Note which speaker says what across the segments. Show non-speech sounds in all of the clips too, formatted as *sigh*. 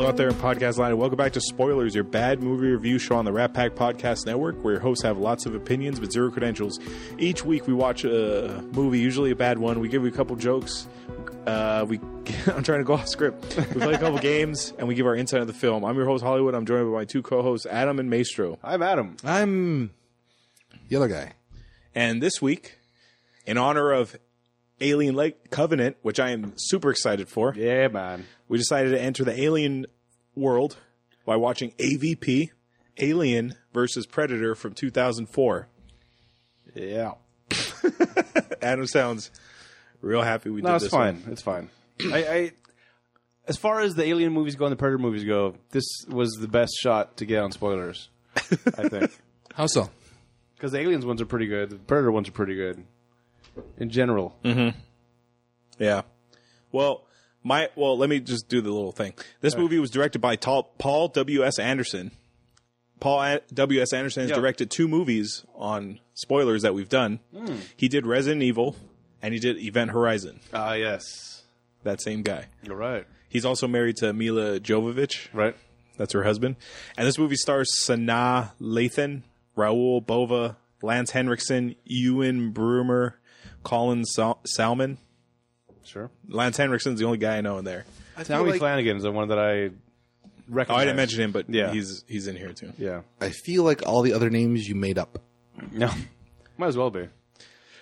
Speaker 1: out there in podcast land, and welcome back to Spoilers, your bad movie review show on the Rat Pack Podcast Network, where your hosts have lots of opinions but zero credentials. Each week we watch a movie, usually a bad one. We give you a couple jokes. Uh, we, *laughs* I'm trying to go off script. We play a couple games, and we give our insight of the film. I'm your host Hollywood. I'm joined by my two co-hosts Adam and Maestro.
Speaker 2: I'm Adam.
Speaker 3: I'm the other guy.
Speaker 1: And this week, in honor of Alien Lake Covenant, which I am super excited for,
Speaker 2: Yeah, man.
Speaker 1: we decided to enter the alien world by watching AVP Alien versus Predator from 2004.
Speaker 2: Yeah.
Speaker 1: Adam sounds real happy we
Speaker 2: No,
Speaker 1: did
Speaker 2: it's
Speaker 1: this.
Speaker 2: fine.
Speaker 1: one.
Speaker 2: It's fine. *clears throat* I, I, as far as the Alien movies go and the Predator movies go, this was the best shot to get on spoilers. *laughs* I think
Speaker 3: How so?
Speaker 2: because the Aliens ones are pretty good. The Predator ones are pretty good. In general,
Speaker 1: Yeah. Well, my well, let me just do the little thing. This movie was directed by Tal- Paul W. S. Anderson. Paul A- W. S. Anderson has
Speaker 2: Yeah.
Speaker 1: directed two movies on spoilers that we've done. He did Resident Evil and he did Event Horizon.
Speaker 2: ah, yes,
Speaker 1: That same guy.
Speaker 2: you're right.
Speaker 1: He's also married to Mila Jovovich.
Speaker 2: Right.
Speaker 1: That's her husband. And this movie stars Sanaa Lathan, Raul Bova, Lance Henriksen, Ewan Broomer, Colin Sal- Salmon.
Speaker 2: Sure.
Speaker 1: Lance Henriksen's the only guy I know in there.
Speaker 3: I feel,
Speaker 2: Tommy
Speaker 3: like,
Speaker 2: Flanagan is the one that I
Speaker 1: Oh,
Speaker 2: recognize.
Speaker 1: I didn't mention him, but
Speaker 2: Yeah.
Speaker 1: he's he's in here too.
Speaker 2: Yeah.
Speaker 3: I feel like all the other names you made up.
Speaker 2: No. Might as well be.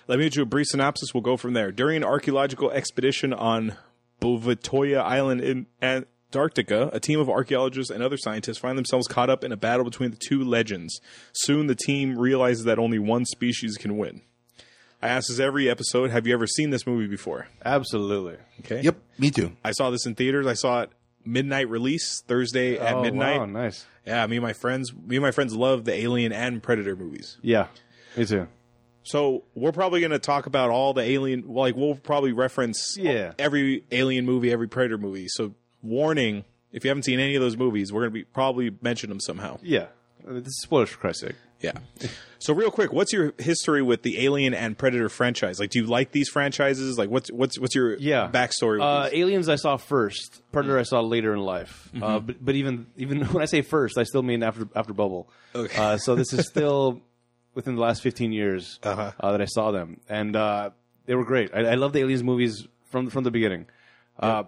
Speaker 1: Let me do a brief synopsis. We'll go from there. During an archaeological expedition on Bovatoya Island in Antarctica, a team of archaeologists and other scientists find themselves caught up in a battle between the two legends. Soon, the team realizes that only one species can win. I ask this every episode: Have you ever seen this movie before?
Speaker 2: Absolutely.
Speaker 1: Okay.
Speaker 3: Yep, me too.
Speaker 1: I saw this in theaters. I saw it midnight release Thursday at
Speaker 2: oh,
Speaker 1: midnight.
Speaker 2: Wow, nice.
Speaker 1: Yeah, me and my friends, me and my friends love the Alien and Predator movies.
Speaker 2: Yeah. Me too.
Speaker 1: So we're probably going to talk about all the Alien. well, Like we'll probably reference
Speaker 2: Yeah.
Speaker 1: every Alien movie, every Predator movie. So warning, if you haven't seen any of those movies, we're going to be probably mention them somehow.
Speaker 2: Yeah. I mean, this is spoilers for Christ's sake.
Speaker 1: Yeah. So real quick, what's your history with the Alien and Predator franchise? Like, do you like these franchises? Like, what's what's what's your
Speaker 2: yeah
Speaker 1: backstory? With
Speaker 2: Uh,
Speaker 1: these?
Speaker 2: aliens I saw first. Predator I saw later in life. Uh, but, but even even *laughs* when I say first, I still mean after after Bubble.
Speaker 1: Okay.
Speaker 2: Uh, so this is still *laughs* within the last fifteen years uh that I saw them, and uh, they were great. I, I love the aliens movies from from the beginning. Uh,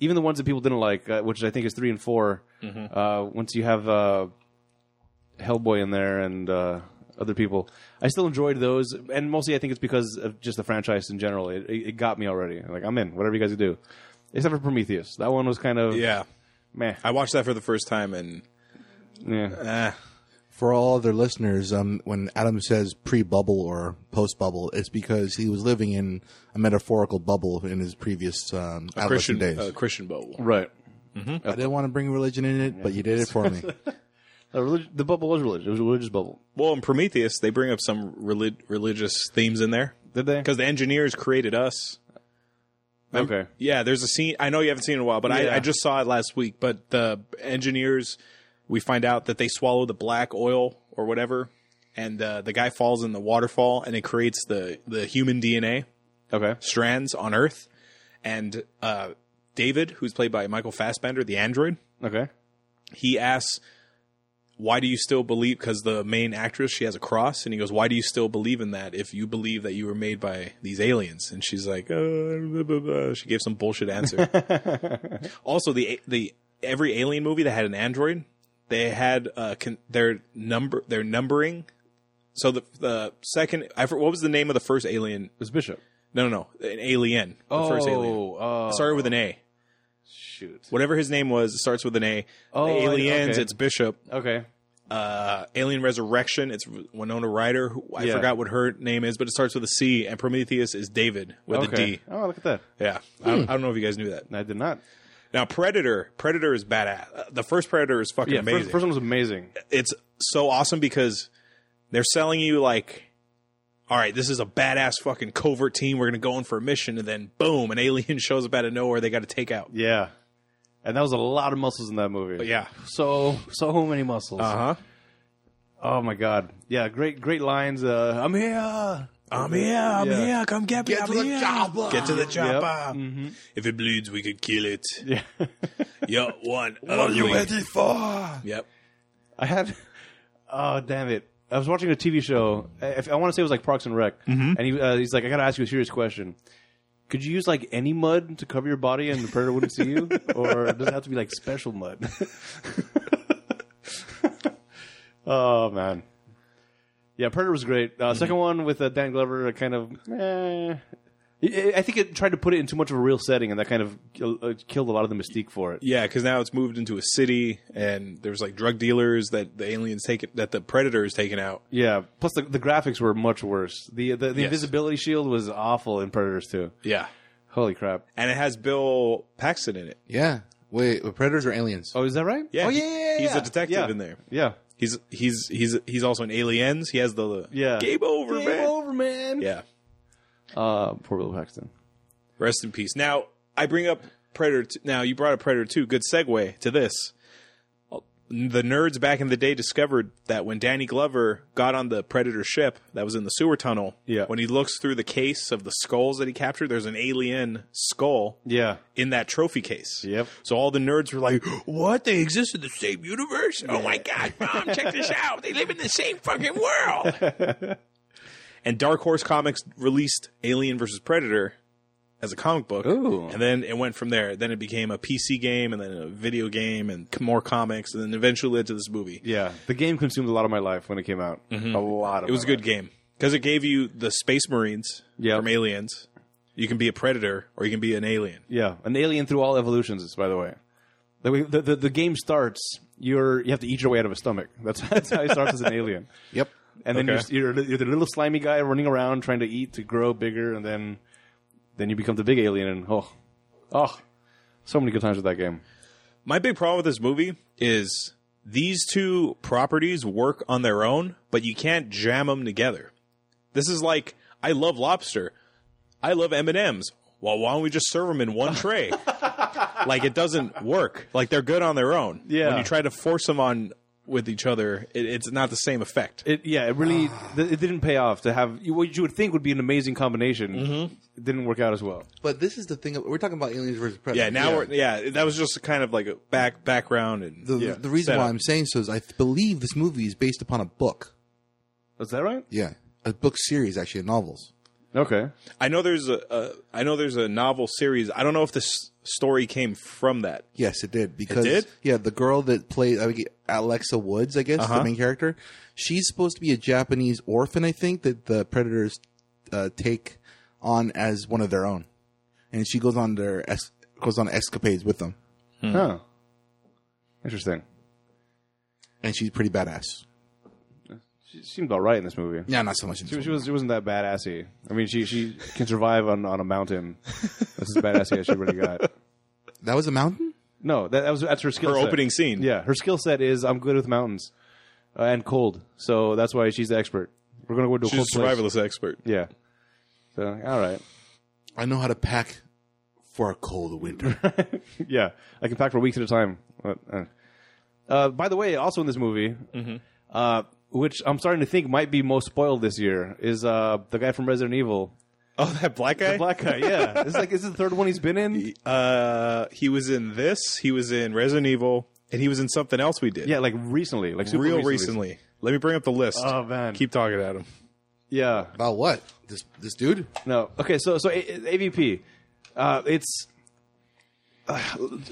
Speaker 2: Even the ones that people didn't like, uh, which I think is three and 4 Uh, once you have uh, Hellboy in there and uh, other people. I still enjoyed those, and mostly I think it's because of just the franchise in general. It, it, it got me already. Like I'm in whatever you guys do, except for Prometheus. That one was kind of
Speaker 1: yeah,
Speaker 2: meh.
Speaker 1: I watched that for the first time, and
Speaker 2: Yeah.
Speaker 1: eh,
Speaker 3: For all other listeners, um, when Adam says pre-bubble or post-bubble, it's because he was living in a metaphorical bubble in his previous um, adolescent
Speaker 1: Christian
Speaker 3: days.
Speaker 1: uh, Christian Bowl.
Speaker 2: Right.
Speaker 3: I didn't want to bring religion in it, but you did it for
Speaker 1: *laughs*
Speaker 3: me.
Speaker 2: The, uh, relig- the bubble was religious. It was a religious bubble.
Speaker 1: Well, in Prometheus, they bring up some relig- religious themes in there
Speaker 2: Did they?
Speaker 1: because the engineers created us.
Speaker 2: Okay.
Speaker 1: Yeah, there's a scene. I know you haven't seen it in a while, but I,
Speaker 2: Yeah.
Speaker 1: I just saw it last week. But the engineers, we find out that they swallow the black oil or whatever, and uh, the guy falls in the waterfall, and it creates the the human DNA
Speaker 2: Okay.
Speaker 1: strands on Earth. And uh, David, who's played by Michael Fassbender, the android,
Speaker 2: Okay.
Speaker 1: he asks, "Why do you still believe?" Because the main actress, she has a cross, and he goes, "Why do you still believe in that? If you believe that you were made by these aliens?" And she's like, uh, blah, blah, blah." "She gave some bullshit
Speaker 2: *laughs*
Speaker 1: answer." also, the the every alien movie that had an android, they had uh, con- their number their numbering. So the the second, I, for- what was the name of the first alien?
Speaker 2: It's Bishop.
Speaker 1: No, no, no, an alien. The first alien
Speaker 2: oh,
Speaker 1: started with an A.
Speaker 2: shoot.
Speaker 1: Whatever his name was, it starts with an A.
Speaker 2: Oh,
Speaker 1: the
Speaker 2: I-
Speaker 1: aliens,
Speaker 2: okay.
Speaker 1: it's Bishop
Speaker 2: Okay.
Speaker 1: uh, Alien Resurrection. It's Winona Ryder. Who, I
Speaker 2: Yeah.
Speaker 1: forgot what her name is, but it starts with a C. And Prometheus is David with a
Speaker 2: Okay.
Speaker 1: D.
Speaker 2: Oh, look at that.
Speaker 1: Yeah, I, I don't know if you guys knew that.
Speaker 2: I did not.
Speaker 1: Now Predator, Predator is badass. Uh, The first Predator is fucking
Speaker 2: Yeah.
Speaker 1: amazing.
Speaker 2: First, first one was amazing.
Speaker 1: it's so awesome because they're selling you like, all right, this is a badass fucking covert team. We're gonna go in for a mission, and then boom, an alien *laughs* shows up out of nowhere. They got to take out.
Speaker 2: Yeah. And that was a lot of muscles in that movie. Uh-huh.
Speaker 1: But yeah.
Speaker 2: so so many muscles.
Speaker 1: Uh huh.
Speaker 2: Oh my god, yeah, great great lines. Uh, I'm here.
Speaker 1: I'm here, I'm
Speaker 2: Yeah.
Speaker 1: here, come get me,
Speaker 3: Get
Speaker 1: I'm
Speaker 3: to the
Speaker 1: here.
Speaker 3: chopper.
Speaker 1: Get to the
Speaker 2: Yep.
Speaker 1: chopper. If it bleeds, we could kill it.
Speaker 2: Yeah.
Speaker 1: Yo, one. What
Speaker 3: for?
Speaker 1: Yep.
Speaker 2: I had. Oh damn it! I was watching a TV show. I, I want to say it was like Parks and Rec, and he, uh, he's like, "I gotta ask you a serious question. Could you use like any mud to cover your body and the predator wouldn't see you, or does it have to be like special mud?" *laughs* oh man, yeah, Predator was great. Uh, Second one with uh, Dan Glover, uh, kind of. Eh. I- I think it tried to put it in too much of a real setting, and that kind of kill- uh, killed a lot of the mystique for it.
Speaker 1: Yeah, because now it's moved into a city, and there's like drug dealers that the aliens take it, that the predator is taking out.
Speaker 2: Yeah. Plus, the, the graphics were much worse. The the, the
Speaker 1: Yes.
Speaker 2: invisibility shield was awful in Predators too.
Speaker 1: Yeah,
Speaker 2: Holy crap!
Speaker 1: and it has Bill Paxton in it.
Speaker 3: Yeah. Wait, were predators or aliens?
Speaker 2: Oh, is that right?
Speaker 1: Yeah,
Speaker 2: Oh, yeah,
Speaker 1: he-
Speaker 2: yeah, yeah,
Speaker 1: he's
Speaker 2: yeah.
Speaker 1: a detective
Speaker 2: Yeah.
Speaker 1: in there.
Speaker 2: Yeah.
Speaker 1: He's he's he's he's also in Aliens. He has the
Speaker 2: Yeah.
Speaker 1: game over
Speaker 2: Game
Speaker 1: man.
Speaker 2: over, man.
Speaker 1: Yeah,
Speaker 2: Uh, poor Bill Paxton.
Speaker 1: rest in peace. Now I bring up Predator. T- now you brought up Predator Two. Good segue to this. The nerds back in the day discovered that when Danny Glover got on the Predator ship that was in the sewer tunnel,
Speaker 2: Yeah.
Speaker 1: when he looks through the case of the skulls that he captured, there's an alien skull
Speaker 2: Yeah.
Speaker 1: in that trophy case.
Speaker 2: Yep.
Speaker 1: So all the nerds were like, "What? They exist in the same universe? Oh my god,
Speaker 2: *laughs*
Speaker 1: mom, check this out. They live in the same fucking world."
Speaker 2: *laughs*
Speaker 1: and Dark Horse Comics released Alien vs Predator as a comic book.
Speaker 2: Ooh.
Speaker 1: And then it went from there. Then it became a PC game and then a video game and c- more comics and then eventually led to this movie.
Speaker 2: Yeah. The game consumed a lot of my life when it came out. A lot of
Speaker 1: Mm-hmm. It was a
Speaker 2: my
Speaker 1: good game because it gave you the Space Marines
Speaker 2: Yep.
Speaker 1: from Aliens. You can be a predator or you can be an alien.
Speaker 2: Yeah, an alien through all evolutions. By the way, the way- the, the, the game starts. You're you have to eat your way out of a stomach. That's, *laughs* that's how it starts as an alien.
Speaker 3: Yep.
Speaker 2: And then
Speaker 1: Okay.
Speaker 2: you're, you're you're the little slimy guy running around trying to eat to grow bigger, and then then you become the big alien. And oh, oh, so many good times with that game.
Speaker 1: My big problem with this movie is these two properties work on their own, but you can't jam them together. This is like I love lobster, I love M and M's. Well, why don't we just serve them in one
Speaker 3: *laughs*
Speaker 1: tray? like it doesn't work. Like they're good on their own.
Speaker 2: Yeah.
Speaker 1: When you try to force them on with each other, it, it's not the same effect.
Speaker 2: It yeah, it really th- it didn't pay off to have you- what you would think would be an amazing combination.
Speaker 1: Mm-hmm.
Speaker 2: It didn't work out as well.
Speaker 3: But this is the thing. We're talking about aliens versus
Speaker 1: yeah.
Speaker 3: predators.
Speaker 1: Now we're yeah. That was just kind of like a back background and
Speaker 3: the,
Speaker 1: yeah,
Speaker 3: the reason
Speaker 1: setup.
Speaker 3: why I'm saying so is I th- believe this movie is based upon a book.
Speaker 2: Is that right?
Speaker 3: Yeah, a book series actually, of novels.
Speaker 2: Okay.
Speaker 1: I know there's a, a I know there's a novel series. I don't know if this story came from that.
Speaker 3: Yes, it did because
Speaker 1: did?
Speaker 3: yeah, the girl that played I mean, Alexa Woods, I guess the main character, she's supposed to be a Japanese orphan, I think, that the predators uh, take on as one of their own, and she goes on their es- goes on escapades with them,
Speaker 1: Hmm.
Speaker 2: Huh. Interesting.
Speaker 3: and she's pretty badass.
Speaker 2: She seemed all right in this movie.
Speaker 3: Yeah, not so much. in
Speaker 2: She,
Speaker 3: this
Speaker 2: she
Speaker 3: one.
Speaker 2: was she wasn't that badassy. I mean, she she can survive on, on a mountain. *laughs* That's as badassy as she really got.
Speaker 3: That was a mountain.
Speaker 2: No, that, that was that's her skill.
Speaker 1: Her
Speaker 2: set.
Speaker 1: opening scene.
Speaker 2: Yeah, her skill set is I'm good with mountains uh, and cold, so that's why she's the expert. We're gonna go to a
Speaker 1: She's
Speaker 2: cold
Speaker 1: a survivalist expert.
Speaker 2: Place. Yeah. So all right. *laughs*
Speaker 3: I know how to pack for a cold winter.
Speaker 2: yeah, I can pack for weeks at a time. But, uh. Uh, by the way, also in this movie,
Speaker 1: Mm-hmm.
Speaker 2: uh, which I'm starting to think might be most spoiled this year, is uh, the guy from Resident Evil,
Speaker 1: *laughs* Oh, that black guy.
Speaker 2: the black guy. Yeah, this is like this is the third one he's been in.
Speaker 1: uh, he was in this. He was in Resident Evil, and he was in something else we did.
Speaker 2: Yeah, like recently, like super
Speaker 1: real recently. Let me bring up the list.
Speaker 2: Oh, man.
Speaker 1: keep talking at him.
Speaker 2: Yeah.
Speaker 3: About what? This this dude?
Speaker 2: No. Okay. So so A- A- AVP, uh, it's uh,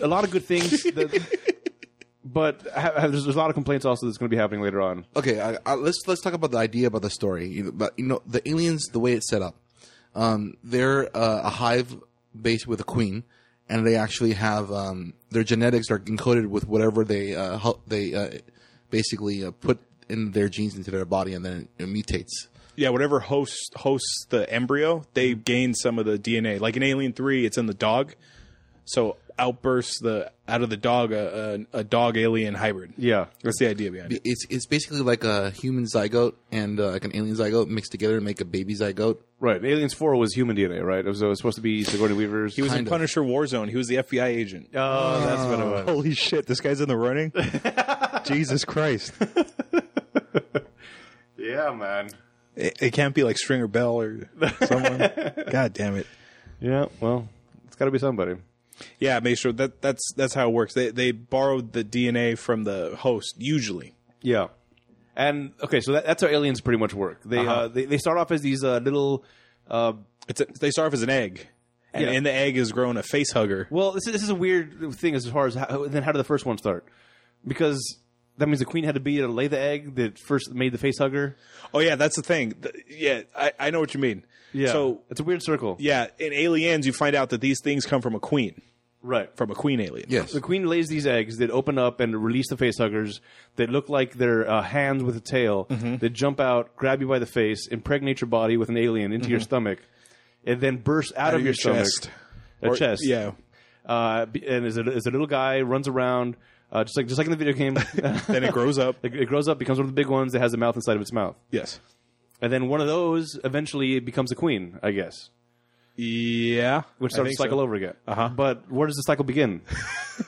Speaker 2: a lot of good *laughs* things, that, but ha- ha- there's, there's a lot of complaints also that's going to be happening later on.
Speaker 3: Okay, I, I, let's let's talk about the idea about the story. You know, but you know the aliens, the way it's set up, um, they're uh, a hive base with a queen, and they actually have um, their genetics are encoded with whatever they uh, hel- they uh, basically uh, put in their genes into their body, and then it mutates.
Speaker 1: Yeah, whatever host hosts the embryo, they
Speaker 2: Mm-hmm.
Speaker 1: gain some of the DNA. Like in Alien Three, it's in the dog, so outbursts the out of the dog a, a, a dog alien hybrid.
Speaker 2: Yeah.
Speaker 1: that's the idea behind it.
Speaker 3: It's it's basically like a human zygote and uh, like an alien zygote mixed together to make a baby zygote.
Speaker 2: Right. Aliens Four was human DNA, right? So it was supposed to be Sigourney Weaver's.
Speaker 1: He was in
Speaker 3: Kind of.
Speaker 1: Punisher Warzone. He was the FBI agent.
Speaker 2: Oh, that's what it was.
Speaker 1: Holy shit, this guy's in the
Speaker 2: *laughs*
Speaker 1: running? Jesus Christ.
Speaker 2: Yeah, man.
Speaker 1: It, it can't be like Stringer Bell *laughs* or someone. God damn it.
Speaker 2: Yeah, well, it's got to be somebody.
Speaker 1: Yeah, make sure that that's that's how it works. They they borrowed the DNA from the host usually.
Speaker 2: Yeah. And okay, so that, that's how aliens pretty much work. They uh they, they start off as these uh, little. Uh,
Speaker 1: It's a, they start off as an egg, and
Speaker 2: Yeah.
Speaker 1: in the egg is grown a face hugger.
Speaker 2: well, this is, this is a weird thing as far as how, then how did the first one start? Because that means the queen had to be to lay the egg that first made the face hugger.
Speaker 1: Oh yeah, that's the thing. Th- yeah, I, I know what you mean. So
Speaker 2: it's a weird circle.
Speaker 1: yeah, in Aliens, you find out that these things come from a queen,
Speaker 2: Right.
Speaker 1: from a queen alien.
Speaker 3: Yes.
Speaker 2: The queen lays these eggs that open up and release the face huggers that look like their uh, hands with a tail
Speaker 1: Mm-hmm.
Speaker 2: that jump out, grab you by the face, impregnate your body with an alien into your
Speaker 1: Mm-hmm.
Speaker 2: stomach, and then burst out, of, your, stomach,
Speaker 1: chest.
Speaker 2: Their
Speaker 1: Or-
Speaker 2: chest.
Speaker 1: Yeah.
Speaker 2: Uh, b- and is a, is a little guy runs around, uh, just like just like in the
Speaker 1: *laughs*
Speaker 2: video game.
Speaker 1: Then it grows *laughs* up.
Speaker 2: it, it grows up, becomes one of the big ones that has a mouth inside of its mouth,
Speaker 1: yes.
Speaker 2: and then one of those eventually becomes a queen, I guess.
Speaker 1: Yeah.
Speaker 2: Which
Speaker 1: I
Speaker 2: starts the
Speaker 1: think so.
Speaker 2: cycle over again.
Speaker 1: Uh-huh.
Speaker 2: But where does the
Speaker 1: *laughs*
Speaker 2: cycle begin?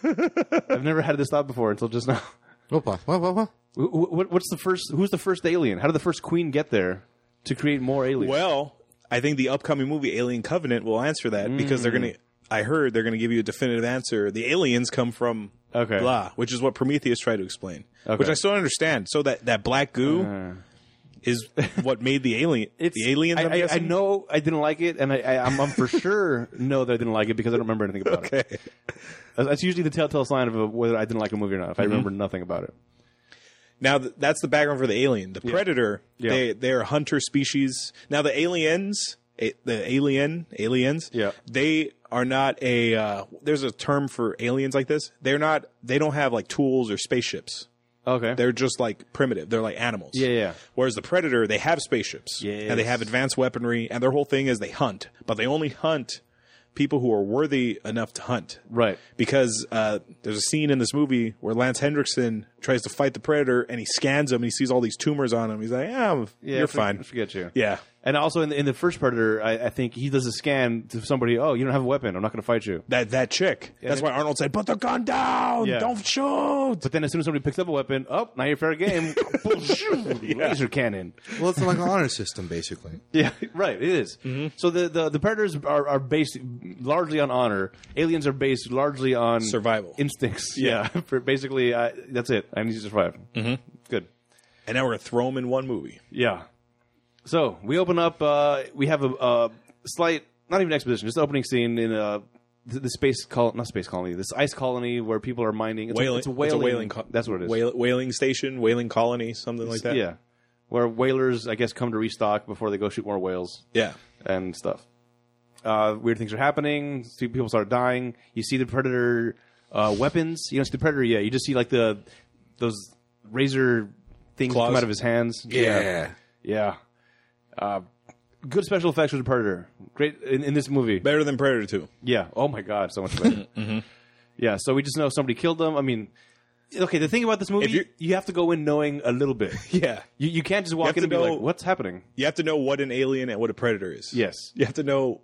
Speaker 2: I've never had this thought before until just now.
Speaker 3: Opa. What, what, what?
Speaker 2: Wh- wh- What's the first? Who's the first alien? How did the first queen get there to create more aliens?
Speaker 1: Well, I think the upcoming movie Alien Covenant will answer that because they're going to. I heard they're going to give you a definitive answer. The aliens come from
Speaker 2: Okay.
Speaker 1: blah, which is what Prometheus tried to explain, which
Speaker 2: Okay. Uh-huh.
Speaker 1: I still don't understand. So that that black goo is what made the
Speaker 2: *laughs*
Speaker 1: alien. the aliens.
Speaker 2: I,
Speaker 1: I'm
Speaker 2: I- I
Speaker 1: guessing?
Speaker 2: know I didn't like it, and I, I, I'm, I'm for sure *laughs* know that I didn't like it because I don't remember anything about it.
Speaker 1: Okay.
Speaker 2: That's- That's usually the telltale sign of uh, whether I didn't like a movie or not. If
Speaker 1: Mm-hmm.
Speaker 2: I remember nothing about it.
Speaker 1: Now th- that's the background for the alien. The predator, they they're a hunter species. Now the aliens, a, the alien aliens,
Speaker 2: Yeah.
Speaker 1: they are not a. Uh, there's a term for aliens like this. They're not. They don't have like tools or spaceships.
Speaker 2: Okay.
Speaker 1: They're just like primitive. They're like animals.
Speaker 2: Yeah, yeah.
Speaker 1: Whereas the predator, they have spaceships and they
Speaker 2: Yes.
Speaker 1: have advanced weaponry, and their whole thing is they hunt, but they only hunt people who are worthy enough to hunt
Speaker 2: right.
Speaker 1: because uh, there's a scene in this movie where Lance Hendrickson tries to fight the predator and he scans him and he sees all these tumors on him. He's like, "Yeah, I'm-
Speaker 2: Yeah,
Speaker 1: you're
Speaker 2: for-
Speaker 1: fine."
Speaker 2: Forget you.
Speaker 1: Yeah,
Speaker 2: And also in the, in the first Predator, I, I think he does a scan to somebody. Oh, you don't have a weapon. I'm not going to fight you.
Speaker 1: that that chick. That's why Arnold said, "Put the gun down.
Speaker 2: Yeah.
Speaker 1: Don't shoot."
Speaker 2: But then as soon as somebody picks up a weapon, oh, now you're fair *laughs* game. Laser cannon.
Speaker 3: Well, it's like an honor system, basically.
Speaker 2: Yeah, *laughs* Mm-hmm. right. It is. So the, the the predators are, are based largely on honor. Aliens are based largely on
Speaker 1: Survival.
Speaker 2: instincts. Yeah, *laughs* for basically uh, that's it. I need to survive. Mm-hmm. Good.
Speaker 1: And now we're gonna throw him in one movie.
Speaker 2: Yeah. So we open up. Uh, we have a, a slight, not even exposition, just opening scene in a the, the space col not space colony, this ice colony where people are mining. It's
Speaker 1: Whaling.
Speaker 2: A, it's a whaling.
Speaker 1: co-
Speaker 2: that's what it is.
Speaker 1: Whale, whaling station, whaling colony, something like that.
Speaker 2: Yeah. Where whalers, I guess, come to restock before they go shoot more whales.
Speaker 1: yeah.
Speaker 2: and stuff. Uh, weird things are happening. See, People start dying. You see the predator uh, weapons. You don't see the predator yet. You just see like the those razor things
Speaker 1: Claws.
Speaker 2: come out of his hands. yeah. Uh, good special effects for the predator. Great in, in this movie.
Speaker 1: Better than Predator Two.
Speaker 2: Yeah. Oh my god, so much
Speaker 1: *laughs*
Speaker 2: better.
Speaker 1: Mm-hmm.
Speaker 2: Yeah. So we just know somebody killed them. I mean, okay. The thing about this movie,
Speaker 1: you-
Speaker 2: you, have to go in knowing a
Speaker 1: *laughs*
Speaker 2: little bit.
Speaker 1: Yeah.
Speaker 2: You, you can't just walk
Speaker 1: have
Speaker 2: in
Speaker 1: to
Speaker 2: and be
Speaker 1: know-
Speaker 2: like, "What's happening?"
Speaker 1: You have to know what an alien and what a predator is.
Speaker 2: Yes.
Speaker 1: You have to know.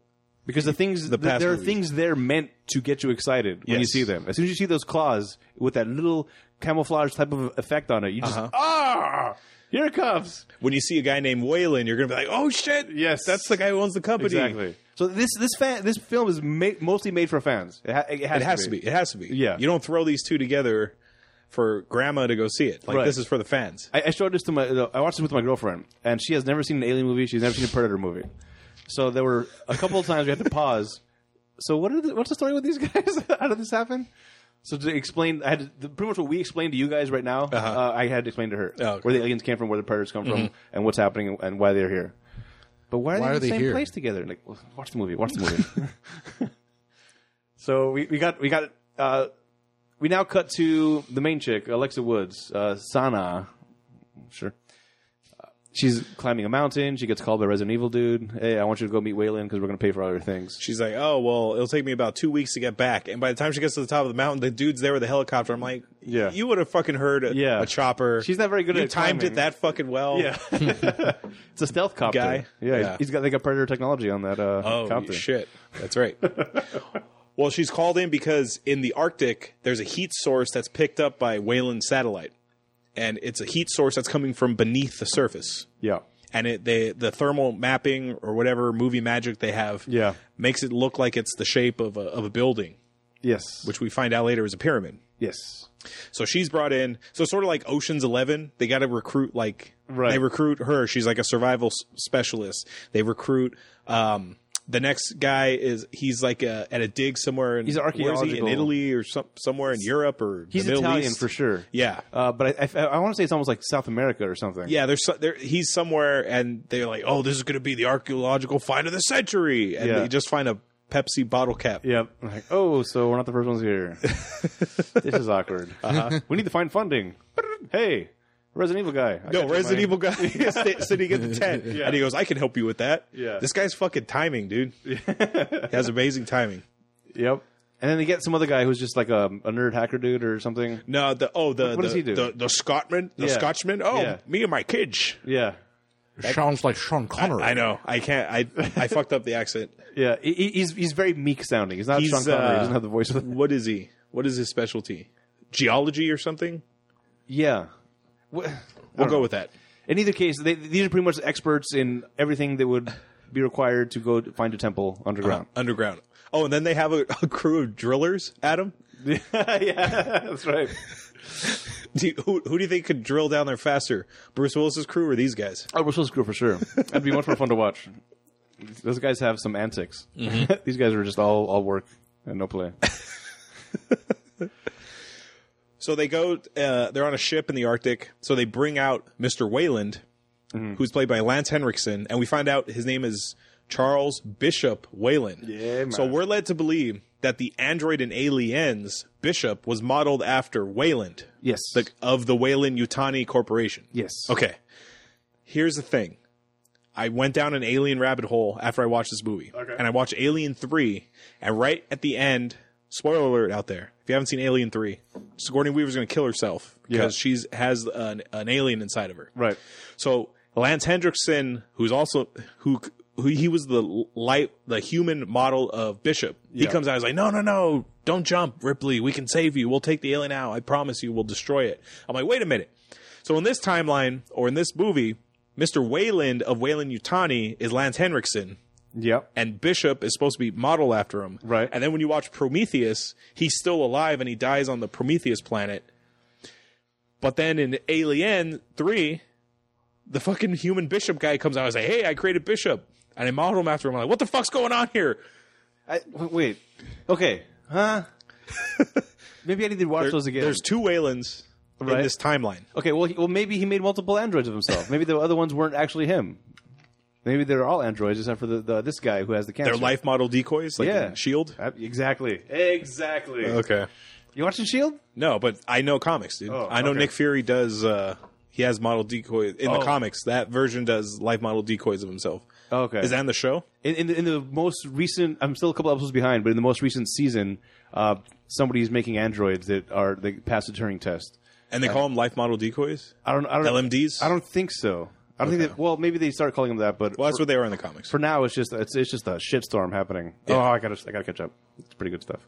Speaker 2: because the things
Speaker 1: The past
Speaker 2: there are
Speaker 1: movies.
Speaker 2: things there meant to get you excited when you
Speaker 1: Yes.
Speaker 2: see them. As soon as you see those claws with that little camouflage type of effect on it, you just
Speaker 1: Uh-huh.
Speaker 2: ah, here it comes.
Speaker 1: When you see a guy named Whalen, you're gonna be like, "Oh shit!
Speaker 2: Yes.
Speaker 1: that's the guy who owns the company."
Speaker 2: So this this fan this film is ma- mostly made for fans. It, ha- it has,
Speaker 1: It has to be. It has to be.
Speaker 2: Yeah.
Speaker 1: You don't throw these two together for grandma to go see it. Like
Speaker 2: Right.
Speaker 1: this is for the fans.
Speaker 2: I, I showed this to my. uh, I watched this with my girlfriend, and she has never seen an alien movie. She's never seen a predator movie. So there were a couple of times we had to pause. So what are the, what's the story with these guys? *laughs* How did this happen? So to explain, I had to, the- pretty much what we explained to you guys right now. uh I had to explain to
Speaker 1: Uh-huh.
Speaker 2: her
Speaker 1: Oh, okay. Mm-hmm.
Speaker 2: where the aliens came from, where the predators come from, and what's happening and, and why they're here. But why are
Speaker 3: Why
Speaker 2: they
Speaker 3: are
Speaker 2: in the
Speaker 3: they
Speaker 2: same
Speaker 3: here?
Speaker 2: place together? Like, well, watch the movie. Watch the movie.
Speaker 1: *laughs*
Speaker 2: so we, we got we got uh, we now cut to the main chick, Alexa Woods, uh, Sana. Sure. Uh, She's climbing a mountain. She gets called by Resident Evil dude. Hey, I want you to go meet Waylon because we're going to pay for all your things.
Speaker 1: She's like, "Oh well, it'll take me about two weeks to get back." And by the time she gets to the top of the mountain, the dude's there with a helicopter. I'm like,
Speaker 2: Yeah.
Speaker 1: you would have fucking heard a,
Speaker 2: Yeah.
Speaker 1: a chopper."
Speaker 2: She's not very good
Speaker 1: you
Speaker 2: at
Speaker 1: timed
Speaker 2: climbing.
Speaker 1: it that fucking well.
Speaker 2: Yeah, it's a stealth copter.
Speaker 1: Guy?
Speaker 2: Yeah,
Speaker 1: Yeah.
Speaker 2: he's got they got predator technology on that uh,
Speaker 1: Oh
Speaker 2: copter.
Speaker 1: shit, that's right. well, she's called in because in the Arctic there's a heat source that's picked up by Whalen's satellite, and it's a heat source that's coming from beneath the surface.
Speaker 2: Yeah,
Speaker 1: and it they the thermal mapping or whatever movie magic they have
Speaker 2: Yeah.
Speaker 1: makes it look like it's the shape of a, of a building,
Speaker 2: Yes.
Speaker 1: which we find out later is a pyramid.
Speaker 2: yes.
Speaker 1: So she's brought in. So sort of like Ocean's Eleven, they got to recruit like
Speaker 2: Right.
Speaker 1: they recruit her. She's like a survival s- specialist. They recruit. um the next guy is he's like a, at a dig somewhere. In,
Speaker 2: He's an
Speaker 1: where is he? in
Speaker 2: archaeological-
Speaker 1: Italy or some, somewhere in Europe or
Speaker 2: He's
Speaker 1: the Middle
Speaker 2: Italian
Speaker 1: East.
Speaker 2: for sure.
Speaker 1: Yeah,
Speaker 2: Uh, but I, I, want to say it's almost like South America or something.
Speaker 1: yeah. There's so- there, he's somewhere, and they're like, "Oh, this is going to be the archaeological find of the century," and
Speaker 2: Yeah.
Speaker 1: they just find a Pepsi bottle cap.
Speaker 2: Yep. Like, oh, so we're not the first ones here. this is awkward. Uh-huh. we need to find funding. Hey, Resident Evil guy. I got
Speaker 1: No,
Speaker 2: your
Speaker 1: Resident
Speaker 2: money.
Speaker 1: Evil guy *laughs* is sta- sitting at the *laughs* tent, and he goes, "I can help you with that."
Speaker 2: Yeah.
Speaker 1: this guy's fucking timing, *laughs* dude. he has amazing timing.
Speaker 2: Yep. And then they get some other guy who's just like a, a nerd hacker dude or something.
Speaker 1: No, the oh the
Speaker 2: What- what
Speaker 1: the,
Speaker 2: does he do?
Speaker 1: the the Scotman, the
Speaker 2: Yeah.
Speaker 1: Scotchman. Oh,
Speaker 2: Yeah.
Speaker 1: me and my kids.
Speaker 2: Yeah.
Speaker 3: Sounds like Sean Connery.
Speaker 1: I know. I can't. I I fucked up the accent.
Speaker 2: Yeah. He- he- he's he's very meek sounding. He's not
Speaker 1: He's,
Speaker 2: Sean Connery. he
Speaker 1: uh,
Speaker 2: doesn't have the voice. Of
Speaker 1: What is he? What is his specialty? Geology or something?
Speaker 2: yeah. Wh-
Speaker 1: We'll go with that.
Speaker 2: In either case, they, these are pretty much experts in everything that would be required to go to find a temple underground.
Speaker 1: *laughs* Underground. Oh, and then they have a, a crew of drillers. Adam,
Speaker 2: yeah, that's right.
Speaker 1: do you- who who do you think could drill down there faster? Bruce Willis's crew or these guys?
Speaker 2: Oh, we're supposed to go for sure. That'd be much more fun to watch. Those guys have some antics. *laughs* these guys are just all all work and no play.
Speaker 1: So they go. Uh, they're on a ship in the Arctic. So they bring out Mr. Wayland,
Speaker 2: Mm-hmm.
Speaker 1: who's played by Lance Henriksen, and we find out his name is Charles Bishop Wayland.
Speaker 2: Yeah, man.
Speaker 1: So we're led to believe that the android in Aliens Bishop was modeled after Wayland
Speaker 2: Yes.
Speaker 1: the, of the Wayland Utani Corporation.
Speaker 2: yes.
Speaker 1: Okay. Here's the thing. I went down an alien rabbit hole after I watched this movie. Okay. And I watched Alien 3, and right at the end, spoiler alert out there. If you haven't seen Alien 3, Sigourney Weaver's going to kill herself because she's has an, an alien inside of her.
Speaker 2: Right.
Speaker 1: So Lance Hendrickson, who's also who who he was the light the human model of Bishop. He comes out he's like, no, no, no, don't jump, Ripley. We can save you. We'll take the alien out. I promise you, we'll destroy it. I'm like, wait a minute. So in this timeline or in this movie, Mr. Wayland of Wayland Utani is Lance Henriksen.
Speaker 2: Yep.
Speaker 1: And Bishop is supposed to be modeled after him.
Speaker 2: Right.
Speaker 1: And then when you watch Prometheus, he's still alive and he dies on the Prometheus planet. But then in Alien 3, the fucking human Bishop guy comes out and is like, hey, I created Bishop. And I modeled him after him. I'm like, what the fuck's going on here?
Speaker 2: I, w- wait. Okay. *laughs* Huh. Maybe I need to watch those again.
Speaker 1: There's two Waylands
Speaker 2: Right.
Speaker 1: in this timeline.
Speaker 2: Okay, well, he- well, maybe he made multiple androids of himself. Maybe the other ones weren't actually him. Maybe they're all androids except for the, the this guy who has the cancer.
Speaker 1: They're life model decoys, like
Speaker 2: Yeah.
Speaker 1: in Shield.
Speaker 2: Uh, Exactly. Exactly.
Speaker 1: Okay.
Speaker 2: You watching Shield?
Speaker 1: No, but I know comics, dude.
Speaker 2: Oh,
Speaker 1: I know
Speaker 2: okay. Oh.
Speaker 1: Nick Fury does. Uh, he has model decoys in the comics. That version does life model decoys of himself.
Speaker 2: Okay.
Speaker 1: Is that in the show?
Speaker 2: In, in, the, in the most recent, I'm still a couple episodes behind, but in the most recent season, uh, somebody's making androids that are they pass the Turing test.
Speaker 1: And they call them life model decoys.
Speaker 2: I don't. I don't.
Speaker 1: LMDs?
Speaker 2: I don't think so. I don't think. That, well, maybe they start calling them that, but
Speaker 1: Well, that's what they are in the comics.
Speaker 2: for now, it's just it's, it's just a shitstorm happening. Oh, I gotta I gotta catch up. It's pretty good stuff.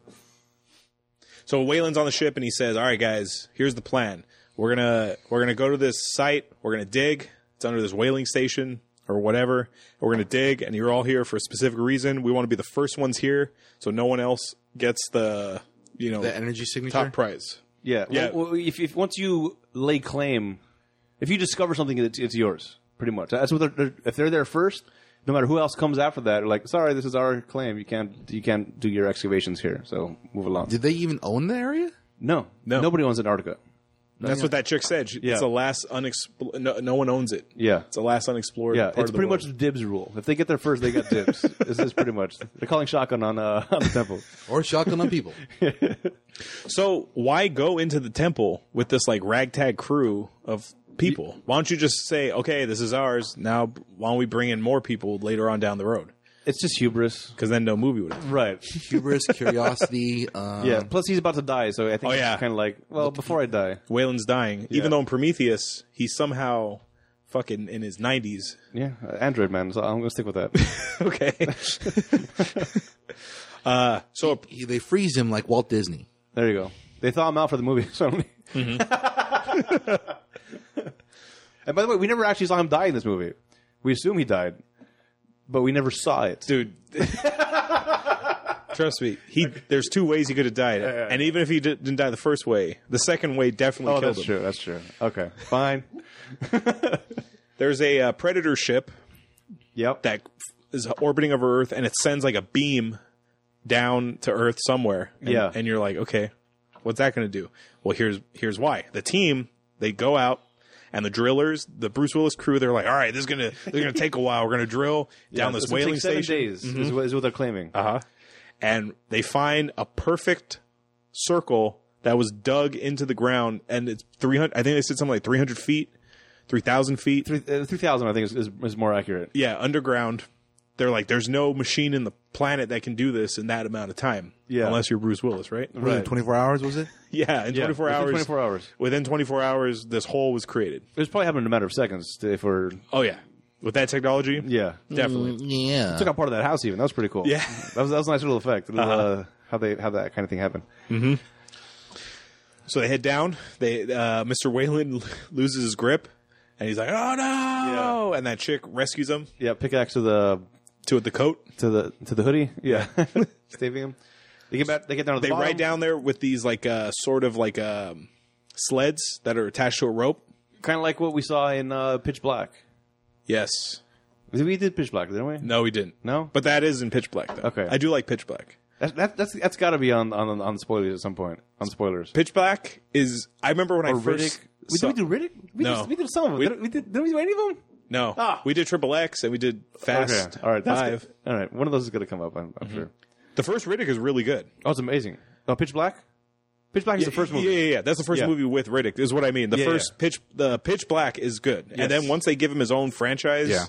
Speaker 1: So Waylon's on the ship and he says, "All right, guys, here's the plan. We're gonna we're gonna go to this site. We're gonna dig. It's under this whaling station or whatever. We're gonna dig, and you're all here for a specific reason. We want to be the first ones here, so no one else gets the you know
Speaker 3: The energy signature.
Speaker 1: top prize.
Speaker 2: Yeah.
Speaker 1: Yeah.
Speaker 2: Well, well, if, if once you lay claim, if you discover something, it's, it's yours, pretty much. That's what they're, they're- if they're there first. No matter who else comes after that, they're like, sorry, this is our claim. You can't you can't do your excavations here. So move along.
Speaker 3: Did they even own the area?
Speaker 2: no,
Speaker 1: No.
Speaker 2: nobody owns Antarctica.
Speaker 1: That's what that chick said. She-
Speaker 2: Yeah.
Speaker 1: It's the last unexplored. No, no one owns it.
Speaker 2: Yeah.
Speaker 1: it's the last unexplored.
Speaker 2: Yeah,
Speaker 1: part
Speaker 2: it's
Speaker 1: of the
Speaker 2: pretty much
Speaker 1: world.
Speaker 2: the dibs rule. If they get there first, they got
Speaker 1: *laughs*
Speaker 2: dibs. this is pretty much they're calling shotgun on uh, *laughs* on the temple.
Speaker 3: Or shotgun on *laughs* people?
Speaker 1: So why go into the temple with this like ragtag crew of people? Why don't you just say, okay, this is ours. Now, why don't we bring in more people later on down the road?
Speaker 2: It's just hubris,
Speaker 1: Because then no movie would. Have.
Speaker 2: right?
Speaker 3: Hubris, curiosity. Um,
Speaker 2: Yeah. Plus, he's about to die, so I think
Speaker 1: Oh,
Speaker 2: it's
Speaker 1: yeah.
Speaker 2: kind of like, well, before I die,
Speaker 1: Waylon's dying, even though in Prometheus he somehow fucking in his
Speaker 2: *laughs*
Speaker 1: nineties.
Speaker 2: yeah, Uh, Android man. So I'm gonna stick with that.
Speaker 1: *laughs* okay. uh, so
Speaker 3: He, they freeze him like Walt Disney.
Speaker 2: There you go. They thaw him out for the movie. *laughs* So
Speaker 1: Mm-hmm.
Speaker 2: and by the way, we never actually saw him die in this movie. We assume he died, but we never saw it. *laughs*
Speaker 1: dude. Trust me, he. There's two ways he could have died, and even if he di- didn't die the first way, the second way definitely
Speaker 2: oh,
Speaker 1: killed
Speaker 2: that's
Speaker 1: him.
Speaker 2: true. That's true. Okay,
Speaker 1: *laughs*
Speaker 2: fine.
Speaker 1: There's a uh, predator ship
Speaker 2: Yep.
Speaker 1: that is orbiting over Earth, and it sends like a beam down to Earth somewhere. And,
Speaker 2: Yeah.
Speaker 1: and you're like, okay, what's that going to do? Well, here's here's why. The team they go out. And the drillers, the Bruce Willis crew, they're like, "All right, this is gonna, this is gonna take a while. We're gonna
Speaker 2: *laughs*
Speaker 1: drill down this
Speaker 2: It's gonna
Speaker 1: whaling
Speaker 2: take seven
Speaker 1: station. Mm-hmm.
Speaker 2: days is, what, is what they're claiming.
Speaker 1: Uh-huh. And they find a perfect circle that was dug into the ground, and it's 300. I think they said something like 300 feet, 3,000 feet.
Speaker 2: Three uh, three thousand, I think, is, is, is more accurate.
Speaker 1: Yeah, underground. They're like, there's no machine in the planet that can do this in that amount of time.
Speaker 2: Yeah.
Speaker 1: Unless you're Bruce Willis, right?
Speaker 3: Was it 24 hours, was it?
Speaker 1: *laughs* Yeah, in 24
Speaker 2: within
Speaker 1: hours.
Speaker 2: 24 hours.
Speaker 1: Within 24 hours, this hole was created.
Speaker 2: It was probably happened in a matter of seconds. to- If we're
Speaker 1: Oh, yeah. With that technology?
Speaker 2: yeah, Mm.
Speaker 1: Definitely.
Speaker 3: Yeah.
Speaker 2: took out part of that house even. That was pretty cool.
Speaker 1: Yeah. Uh-huh.
Speaker 2: that was that was a nice little effect. Little, uh, how they how that kind of thing happened.
Speaker 1: So they head down. They uh, Mr. Wayland *laughs* loses his grip, and he's like, oh, no. And that chick rescues him
Speaker 2: Yeah, pickaxe to the
Speaker 1: to the coat.
Speaker 2: to the to the hoodie. Yeah, *laughs* staving him. They get back. They get down to the
Speaker 1: they
Speaker 2: bottom.
Speaker 1: ride down there with these like uh, sort of like um, sleds that are attached to a rope.
Speaker 2: kind of like what we saw in uh, Pitch Black.
Speaker 1: Yes.
Speaker 2: We did Pitch Black, didn't we?
Speaker 1: No, we didn't.
Speaker 2: No?
Speaker 1: But that is in Pitch Black though.
Speaker 2: Okay.
Speaker 1: I do like Pitch Black.
Speaker 2: That, that, that's that's got to be on on on spoilers at some point. On spoilers.
Speaker 1: Pitch Black is. I remember when I
Speaker 2: Or
Speaker 1: first.
Speaker 2: Riddick. We,
Speaker 1: saw-
Speaker 2: did we do Riddick? We,
Speaker 1: No.
Speaker 2: did, we did some of them.
Speaker 1: We-
Speaker 2: did, we did, did we do any of them?
Speaker 1: No,
Speaker 2: Ah.
Speaker 1: we did Triple X and we did Fast
Speaker 2: All right. That's
Speaker 1: Five.
Speaker 2: good. All right. One of those is going to come up. I'm, I'm sure.
Speaker 1: The first Riddick is really good.
Speaker 2: Oh, it's amazing. Oh, Pitch Black. Pitch Black is the first movie.
Speaker 1: Yeah, yeah, yeah. That's the first
Speaker 2: Yeah.
Speaker 1: movie with Riddick. Is what I mean. The
Speaker 2: Yeah,
Speaker 1: first
Speaker 2: yeah.
Speaker 1: Pitch, the Pitch Black is good, and then once they give him his own franchise,
Speaker 3: Yeah.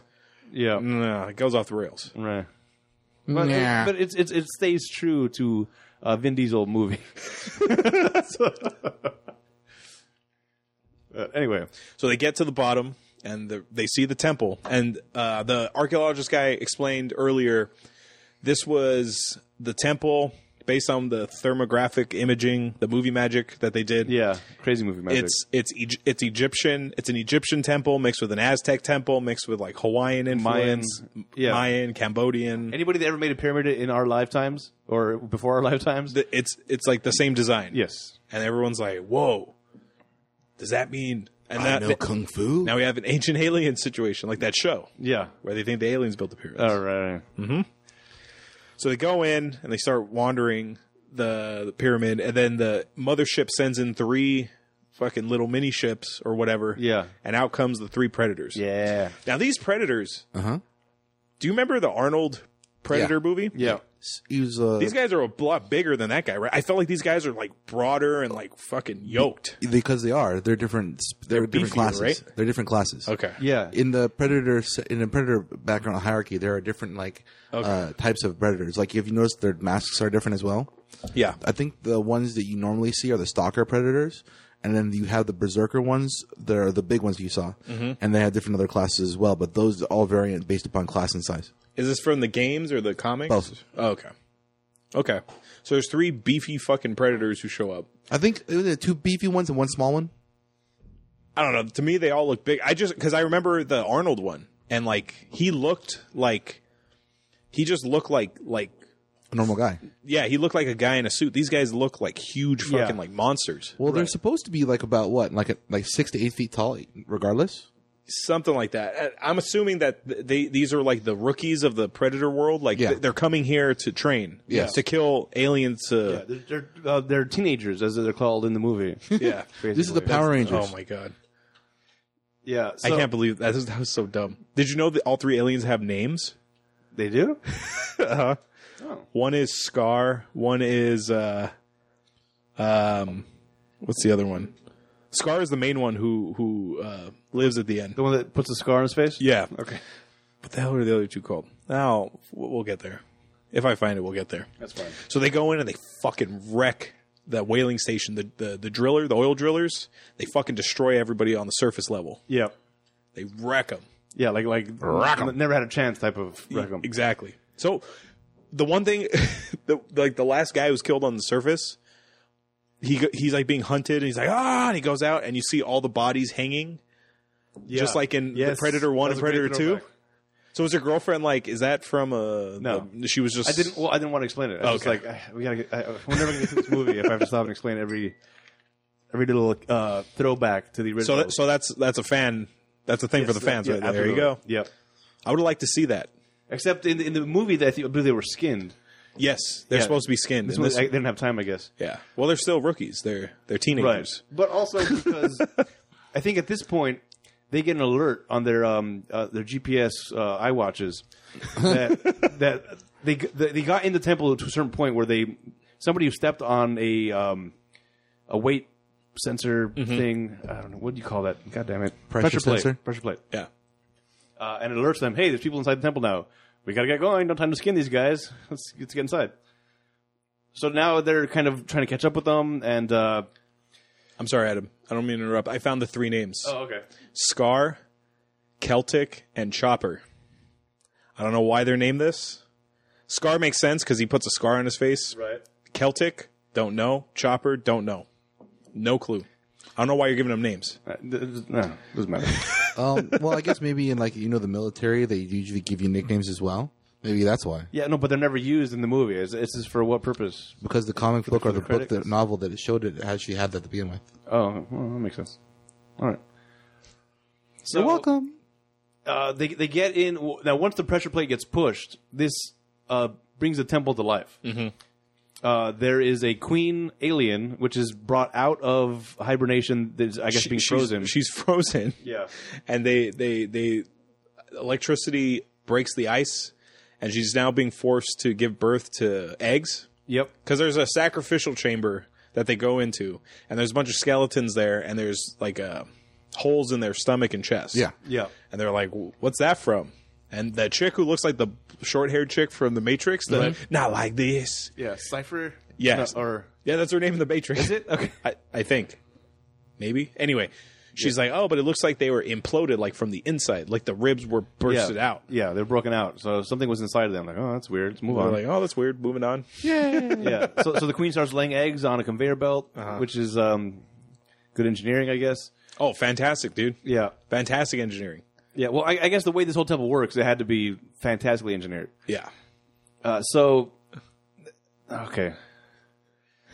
Speaker 2: Yeah. Mm.
Speaker 1: nah, it goes off the rails.
Speaker 2: Right. But,
Speaker 3: Nah.
Speaker 2: it, but it's, it's, it stays true to uh, Vin Diesel movie. *laughs* So- Uh, anyway,
Speaker 1: So they get to the bottom and the, they see the temple. And uh, the archaeologist guy explained earlier this was the temple based on the thermographic imaging, the movie magic that they did.
Speaker 2: yeah, crazy movie magic.
Speaker 1: It's it's Egy- it's Egyptian. It's an Egyptian temple mixed with an Aztec temple mixed with like Hawaiian influence,
Speaker 2: Mayan, yeah.
Speaker 1: Mayan, Cambodian.
Speaker 2: Anybody that ever made a pyramid in our lifetimes or before our *laughs* lifetimes?
Speaker 1: Th- It's it's like the same design.
Speaker 2: yes.
Speaker 1: and everyone's like, "Whoa, does that mean?" And
Speaker 3: I
Speaker 1: that,
Speaker 3: know kung fu.
Speaker 1: now we have an ancient alien situation like that show
Speaker 2: Yeah.
Speaker 1: where they think the aliens built the pyramids.
Speaker 2: All right.
Speaker 1: So they go in and they start wandering the, the pyramid, and then the mothership sends in three fucking little mini ships or whatever.
Speaker 2: Yeah.
Speaker 1: And out comes the three predators.
Speaker 2: Yeah.
Speaker 1: Now these predators. Uh
Speaker 3: Uh-huh.
Speaker 1: Do you remember the Arnold Predator
Speaker 3: Yeah.
Speaker 1: movie?
Speaker 2: Yeah.
Speaker 3: He was uh,
Speaker 1: These guys are a lot bigger than that guy, right? I felt like these guys are like broader and like fucking yoked.
Speaker 3: because they are. They're different. They're, different
Speaker 1: beefier,
Speaker 3: classes.
Speaker 1: right?
Speaker 3: They're different classes.
Speaker 1: Okay.
Speaker 2: Yeah.
Speaker 3: in the predator s- in the predator background hierarchy, there are different like uh, types of predators. Like if you notice, their masks are different as well.
Speaker 1: Yeah.
Speaker 3: I think the ones that you normally see are the stalker predators, and then you have the berserker ones. They're the big ones you saw, and they have different other classes as well. But those are all variant based upon class and size.
Speaker 1: Is this from the games or the comics?
Speaker 3: Both.
Speaker 1: Oh, okay. Okay. So there's three beefy fucking predators who show up.
Speaker 3: I think it was uh, two beefy ones and one small one.
Speaker 1: I don't know. To me, they all look big. I just because I remember the Arnold one, and like he looked like he just looked like like
Speaker 3: A normal guy.
Speaker 1: yeah, he looked like a guy in a suit. These guys look like huge fucking
Speaker 2: Yeah.
Speaker 1: like monsters,
Speaker 3: Well, they're supposed to be like about what, like a, like six to eight feet tall, regardless.
Speaker 1: something like that. And I'm assuming that th- they these are like the rookies of the predator world. Like
Speaker 3: Yeah.
Speaker 1: th- they're coming here to train,
Speaker 3: Yes.
Speaker 1: to kill aliens. To
Speaker 2: They're, they're, uh, they're teenagers, as they're called in
Speaker 1: *laughs*
Speaker 2: the movie.
Speaker 1: yeah,
Speaker 3: This is the
Speaker 2: Basically.
Speaker 3: Power Rangers.
Speaker 1: oh my god.
Speaker 2: Yeah.
Speaker 1: I
Speaker 2: so-
Speaker 1: can't believe that. That was so dumb. Did you know that all three aliens have names?
Speaker 2: They do?
Speaker 1: One is Scar. One is uh, um, what's the other one? Scar is the main one who who uh, lives at the end.
Speaker 2: The one that puts a scar on his face?
Speaker 1: Yeah.
Speaker 2: Okay.
Speaker 1: What the hell are the other two called? Now we'll we'll get there. If I find it, we'll get there.
Speaker 2: That's fine.
Speaker 1: So they go in and they fucking wreck that whaling station. The the the driller, the oil drillers, they fucking destroy everybody on the surface level.
Speaker 2: Yeah.
Speaker 1: They wreck them.
Speaker 2: Yeah, like like
Speaker 1: em.
Speaker 2: never had a chance type of wreck 'em.
Speaker 1: Exactly. So the one thing, *laughs* the, like the last guy who was killed on the surface, he go- he's like being hunted, and he's like ah, and he goes out, and you see all the bodies hanging,
Speaker 2: Yeah.
Speaker 1: just like in the
Speaker 2: Yes.
Speaker 1: Predator One
Speaker 2: That was
Speaker 1: and
Speaker 2: a great
Speaker 1: Predator Two.
Speaker 2: throwback.
Speaker 1: So was your girlfriend like? Is that from a?
Speaker 2: No.
Speaker 1: the- she was just.
Speaker 2: I didn't. Well, I didn't want to explain it. I was
Speaker 1: Okay.
Speaker 2: just like, "Ah, we gotta. Get, I, we're never gonna get through this movie if I have to stop and explain every every little uh, throwback to the original.
Speaker 1: So that, so that's that's a fan. That's a thing for the fans.
Speaker 2: Yeah,
Speaker 1: right there. there you go.
Speaker 2: absolutely. Yep.
Speaker 1: I would like to see that.
Speaker 2: Except in the, in the movie that I, think, I believe they were skinned.
Speaker 1: Yes, they're
Speaker 2: Yeah.
Speaker 1: supposed to be skinned.
Speaker 2: This
Speaker 1: in
Speaker 2: movie,
Speaker 1: this-
Speaker 2: I didn't have time, I guess.
Speaker 1: yeah. Well, they're still rookies. They're they're teenagers.
Speaker 2: But also because *laughs* I think at this point they get an alert on their um, uh, their GPS uh, iWatches *laughs* that that they that they got in the temple to a certain point where they somebody who stepped on a um, a weight sensor thing. I don't know what do you call that. God damn it!
Speaker 3: Pressure
Speaker 2: plate.
Speaker 3: sensor?
Speaker 2: Pressure plate.
Speaker 1: Yeah.
Speaker 2: Uh, and it alerts them. Hey, there's people inside the temple now. We gotta get going. No time to skin these guys. *laughs* Let's, let's get inside. So now they're kind of trying to catch up with them, and uh,
Speaker 1: I'm sorry, Adam. I don't mean to interrupt. I found the three names:
Speaker 2: okay.
Speaker 1: Scar, Celtic, and Chopper. I don't know why they're named this. Scar makes sense because he puts a scar on his face.
Speaker 2: Right.
Speaker 1: Celtic, don't know. Chopper, don't know. No clue. I don't know why you're giving them names.
Speaker 2: Uh, no, doesn't matter.
Speaker 3: Um, well, I *laughs* guess maybe in like you know the military, they usually give you nicknames as well. Maybe that's why
Speaker 2: *laughs* yeah, no, but they're never used in the movie. It's, it's just for what purpose?
Speaker 3: because the comic book or
Speaker 2: the
Speaker 3: the book, the
Speaker 2: credits.
Speaker 3: novel that it showed it actually had that to begin with.
Speaker 2: Oh, well, that makes sense. All right. So
Speaker 3: You're welcome.
Speaker 2: Uh, they they get in now. Once the pressure plate gets pushed, this uh, brings the temple to life. Mm-hmm. Uh, there is a queen alien which is brought out of hibernation. That's I guess
Speaker 1: She-
Speaker 2: being
Speaker 1: she's-
Speaker 2: frozen.
Speaker 1: She's *laughs* frozen.
Speaker 2: yeah,
Speaker 1: and they they they electricity breaks the ice and she's now being forced to give birth to eggs
Speaker 2: yep.
Speaker 1: because there's a sacrificial chamber that they go into and there's a bunch of skeletons there and there's like uh, holes in their stomach and chest
Speaker 3: Yeah.
Speaker 2: Yeah.
Speaker 1: and they're like what's that from and that chick who looks like the short-haired chick from the matrix the
Speaker 2: Mm-hmm.
Speaker 1: not like this
Speaker 2: Yeah. Cipher.
Speaker 1: Yes.
Speaker 2: Uh, or
Speaker 1: yeah that's her name in the matrix
Speaker 2: is it okay?
Speaker 1: I, I think. Maybe. Anyway, she's like, oh, but it looks like they were imploded, like from the inside, like the ribs were bursted
Speaker 2: yeah.
Speaker 1: out.
Speaker 2: Yeah, they're broken out. So something was inside of them. Like, oh, that's weird. Let's move
Speaker 1: We're
Speaker 2: on.
Speaker 1: like, oh, that's weird. Moving on.
Speaker 2: yeah. So, so the queen starts laying eggs on a conveyor belt, which is um, good engineering, I guess.
Speaker 1: Oh, fantastic, dude.
Speaker 2: Yeah.
Speaker 1: Fantastic engineering.
Speaker 2: Yeah. Well, I, I guess the way this whole temple works, it had to be fantastically engineered.
Speaker 1: Yeah.
Speaker 2: Uh, so, okay.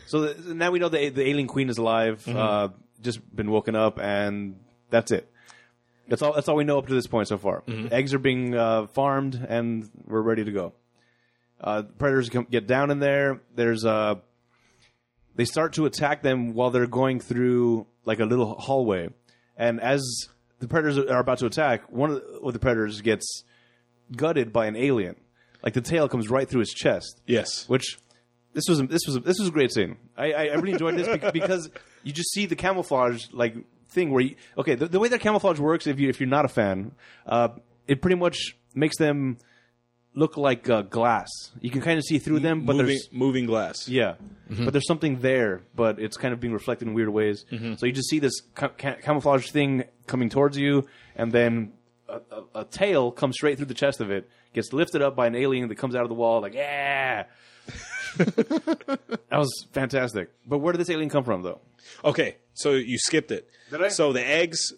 Speaker 2: So the, now we know the the alien queen is alive. Uh, just been woken up, and that's it. That's all. That's all we know up to this point so far. Eggs are being uh, farmed, and we're ready to go. Uh, predators come, get down in there. There's uh, they start to attack them while they're going through like a little hallway, and as the predators are about to attack, one of the, of the predators gets gutted by an alien. Like the tail comes right through his chest
Speaker 1: Yes.
Speaker 2: which this was this was this was a great scene. I I, I really enjoyed this bec- *laughs* because you just see the camouflage like thing where you okay the, the way that camouflage works if you if you're not a fan, uh, it pretty much makes them look like uh, glass. You can kind of see through them, but
Speaker 1: moving,
Speaker 2: there's
Speaker 1: moving glass.
Speaker 2: yeah, but there's something there, but it's kind of being reflected in weird ways. So you just see this ca- ca- camouflage thing coming towards you, and then a, a, a tail comes straight through the chest of it, gets lifted up by an alien that comes out of the wall, like *laughs* yeah. that was fantastic. But where did this alien come from, though?
Speaker 1: Okay. So you skipped it.
Speaker 2: Did I?
Speaker 1: So the eggs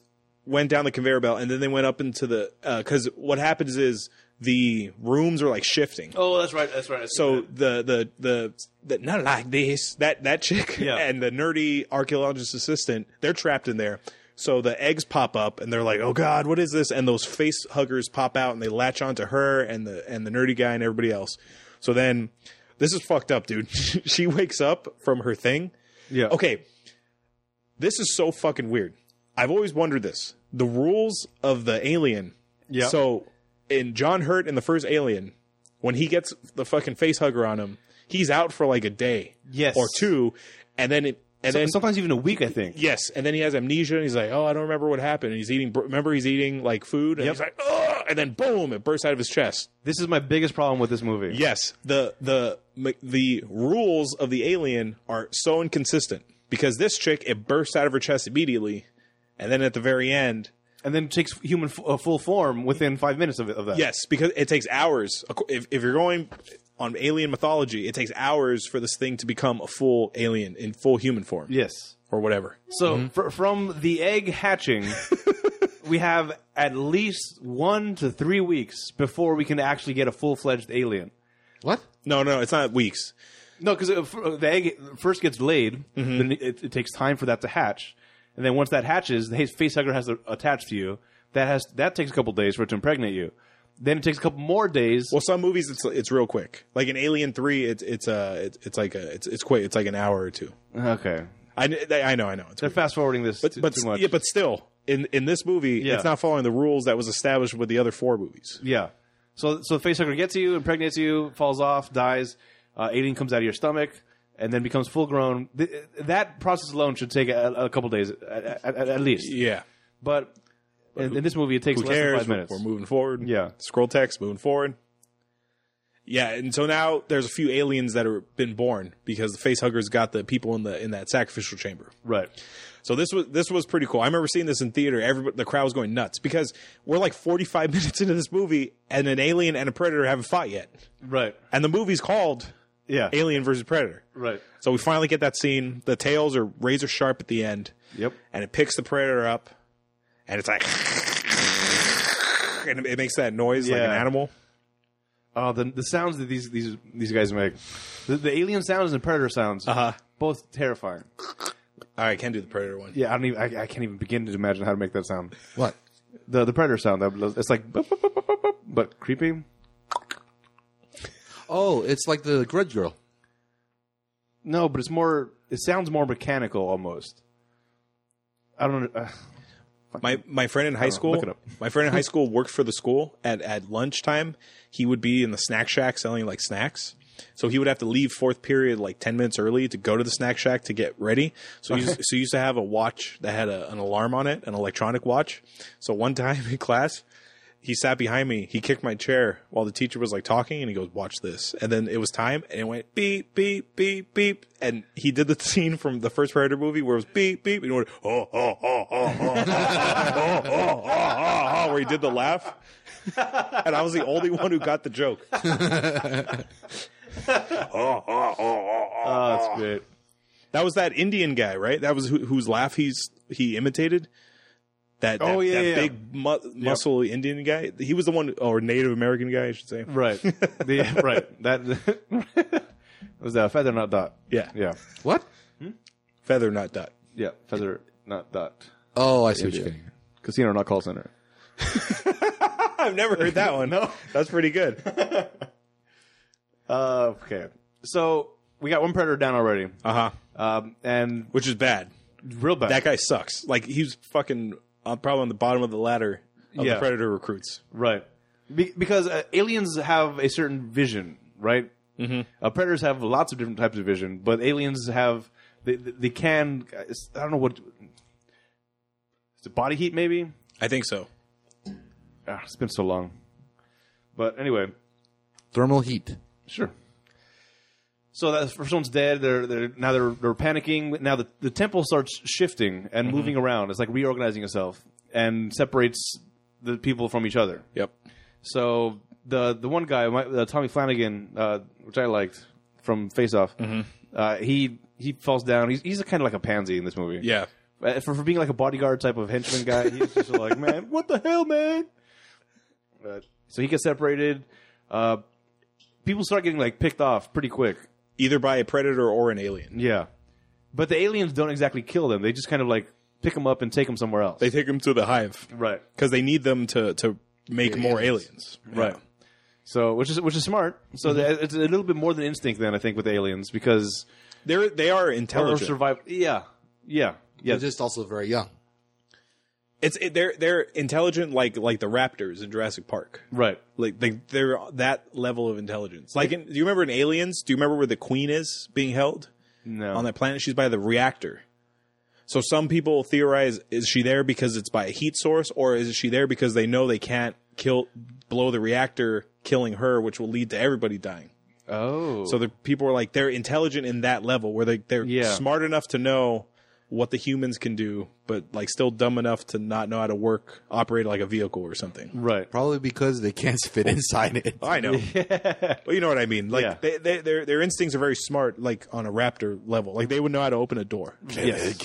Speaker 1: went down the conveyor belt and then they went up into the, because what happens is the rooms are like shifting.
Speaker 2: Oh, that's right. That's right.
Speaker 1: So the, the the the not like this that that chick *laughs*
Speaker 2: Yeah.
Speaker 1: and the nerdy archaeologist assistant they're trapped in there. So the eggs pop up and they're like, "Oh God, what is this?" And those face huggers pop out and they latch onto her and the and the nerdy guy and everybody else. So then this is fucked up, dude. *laughs* she wakes up from her thing.
Speaker 2: yeah.
Speaker 1: Okay, this is so fucking weird. I've always wondered this. The rules of the alien.
Speaker 2: Yeah.
Speaker 1: So in John Hurt in the first Alien, when he gets the fucking face hugger on him, he's out for like a day,
Speaker 2: Yes.
Speaker 1: or two, and then it, and then
Speaker 2: sometimes even a week, I think.
Speaker 1: yes, and then he has amnesia and he's like, oh, I don't remember what happened. And he's eating. Remember, he's eating like food, and
Speaker 2: Yep.
Speaker 1: he's like, oh, and then boom, it bursts out of his chest.
Speaker 2: This is my biggest problem with this movie.
Speaker 1: Yes, the the the rules of the alien are so inconsistent because this chick it bursts out of her chest immediately, and then at the very end,
Speaker 2: And then takes human f- uh, full form within five minutes of, it- of that.
Speaker 1: yes, because it takes hours. Ac- If if you're going on alien mythology, it takes hours for this thing to become a full alien in full human form
Speaker 2: Yes.
Speaker 1: or whatever. *laughs*
Speaker 2: So fr- from the egg hatching, we have at least one to three weeks before we can actually get a full fledged alien.
Speaker 3: What?
Speaker 1: No, no, it's not weeks.
Speaker 2: No, because uh, the egg first gets laid,
Speaker 1: Mm-hmm.
Speaker 2: then it, it takes time for that to hatch, and then once that hatches, the facehugger has to attach to you. That has that takes a couple days for it to impregnate you. Then it takes a couple more days.
Speaker 1: Well, some movies it's it's real quick. Like in Alien Three, it's it's uh it's, it's like a it's it's quick. It's like an hour or two.
Speaker 2: okay,
Speaker 1: I, kn- I know I know. It's
Speaker 2: they're
Speaker 1: weird.
Speaker 2: fast forwarding this
Speaker 1: but
Speaker 2: too,
Speaker 1: but
Speaker 2: too much.
Speaker 1: yeah, but still in in this movie,
Speaker 2: Yeah.
Speaker 1: it's not following the rules that was established with the other four movies.
Speaker 2: Yeah. So so the facehugger gets you, impregnates you, falls off, dies. Uh, alien comes out of your stomach and then becomes full grown. Th- that process alone should take a, a couple days at, at, at least.
Speaker 1: Yeah.
Speaker 2: But in, in this movie, it takes
Speaker 1: Who
Speaker 2: less than
Speaker 1: cares?
Speaker 2: five minutes.
Speaker 1: We're moving forward.
Speaker 2: Yeah.
Speaker 1: Scroll text, moving forward. Yeah, and so now there's a few aliens that have been born because the facehuggers got the people in the in that sacrificial chamber.
Speaker 2: Right.
Speaker 1: So this was this was pretty cool. I remember seeing this in theater. Everybody, the crowd was going nuts because we're like 45 *laughs* minutes into this movie, and an alien and a predator haven't fought yet,
Speaker 2: Right.
Speaker 1: and the movie's called
Speaker 2: Yeah.
Speaker 1: Alien versus Predator.
Speaker 2: Right.
Speaker 1: So we finally get that scene. The tails are razor sharp at the end,
Speaker 2: Yep.
Speaker 1: and it picks the predator up, and it's like, *laughs* and it makes that noise like an
Speaker 2: Yeah.
Speaker 1: animal.
Speaker 2: Oh, the the sounds that these these these guys make, the, the alien sounds and predator sounds,
Speaker 1: Uh-huh.
Speaker 2: both terrifying.
Speaker 1: All right, I can do the predator one.
Speaker 2: Yeah, I don't even. I, I can't even begin to imagine how to make that sound.
Speaker 3: What?
Speaker 2: The the predator sound. that- It's like, boop, boop, boop, boop, boop, boop, but creepy.
Speaker 3: Oh, it's like the Grudge Girl.
Speaker 2: No, but it's more. It sounds more mechanical almost. I don't. Uh,
Speaker 1: My my friend in high school,
Speaker 2: Look it up.
Speaker 1: my friend
Speaker 2: *laughs*
Speaker 1: in high school worked for the school. At at lunchtime, he would be in the snack shack selling like snacks. So he would have to leave fourth period like ten minutes early to go to the snack shack to get ready. So
Speaker 2: *laughs*
Speaker 1: he used, so he used to have a watch that had a, an alarm on it, an electronic watch. So one *laughs* time in class, he sat behind me. He kicked my chair while the teacher was like talking, and he goes, "Watch this." And then it was time, and it went beep, beep, beep, beep. And he did the *laughs* scene from the first Predator movie where it was beep, beep, and it went oh, oh, oh, oh, oh, oh, oh, oh, oh, oh, *laughs* where he did the laugh. And I was the only one who got the joke. *laughs*
Speaker 2: oh, that's great.
Speaker 1: That was that Indian guy, right? That was who, whose laugh he's he imitated. That, that
Speaker 2: Oh, yeah,
Speaker 1: that
Speaker 2: yeah.
Speaker 1: big mu- muscle Indian guy. He was the one, or Native American guy, I should say.
Speaker 2: *laughs* Right. The, right. That *laughs* it was that feather not dot.
Speaker 1: Yeah.
Speaker 2: Yeah.
Speaker 3: What?
Speaker 1: Feather, not dot.
Speaker 2: Yeah. Feather not dot.
Speaker 3: Oh, I see what you're getting. at.
Speaker 2: Casino not call center.
Speaker 1: I've never heard that one.
Speaker 2: No.
Speaker 1: *laughs* That's pretty good.
Speaker 2: Uh, okay. So we got one predator down already,
Speaker 1: Uh huh.
Speaker 2: um, and
Speaker 1: Which is bad.
Speaker 2: real bad.
Speaker 1: That guy sucks. Like he's fucking uh, probably on the bottom of the ladder of
Speaker 2: Yeah.
Speaker 1: the predator recruits.
Speaker 2: Right. Be- because uh, aliens have a certain vision, right? Mm-hmm. Uh, predators have lots of different types of vision, but aliens have they they they can I don't know what is it body heat maybe?
Speaker 1: I think so.
Speaker 2: Ah, it's been so long, but anyway,
Speaker 3: Thermal heat.
Speaker 2: sure. So that if someone's dead, they're they're now they're they're panicking. Now the the temple starts shifting and moving around. It's like reorganizing itself and separates the people from each other.
Speaker 1: Yep.
Speaker 2: So the the one guy, my, uh, Tommy Flanagan, uh, which I liked from Face Off,
Speaker 1: Mm-hmm.
Speaker 2: uh, he he falls down. He's he's kind of like a pansy in this movie.
Speaker 1: Yeah.
Speaker 2: Uh, for for being like a bodyguard type of henchman guy, he's just *laughs* like, man, what the hell, man? Uh, so he gets separated. Uh, people start getting like picked off pretty quick.
Speaker 1: Either by a predator or an alien.
Speaker 2: Yeah, but the aliens don't exactly kill them. They just kind of like pick them up and take them somewhere else.
Speaker 1: They take him to the hive
Speaker 2: right.
Speaker 1: because they need them to to make more aliens.
Speaker 2: Right.
Speaker 1: Yeah.
Speaker 2: So, which is which is smart. So the- it's a little bit more than instinct than I think with aliens because
Speaker 1: They're they are
Speaker 2: or
Speaker 1: intelligent.
Speaker 2: survive. Yeah, yeah, yeah.
Speaker 3: They're just also very young.
Speaker 1: it's it, they're they're intelligent like like the raptors in Jurassic Park.
Speaker 2: right.
Speaker 1: Like they they're that level of intelligence. Like in, do you remember in Aliens? Do you remember where the queen is being held?
Speaker 2: No.
Speaker 1: on that planet. She's by the reactor. So some people theorize is she there because it's by a heat source, or is she there because they know they can't kill blow the reactor, killing her, which will lead to everybody dying.
Speaker 2: oh,
Speaker 1: So the people are like they're intelligent in that level where they they're
Speaker 2: Yeah.
Speaker 1: smart enough to know what the humans can do, but like still dumb enough to not know how to work operate like a vehicle or something.
Speaker 2: Right.
Speaker 3: Probably because they can't *laughs* fit inside it.
Speaker 1: I *laughs* know, but you know what I mean. Like
Speaker 2: Yeah.
Speaker 1: they, they, their their instincts are very smart, like on a raptor level. Like they would know how to open a door.
Speaker 2: Yes.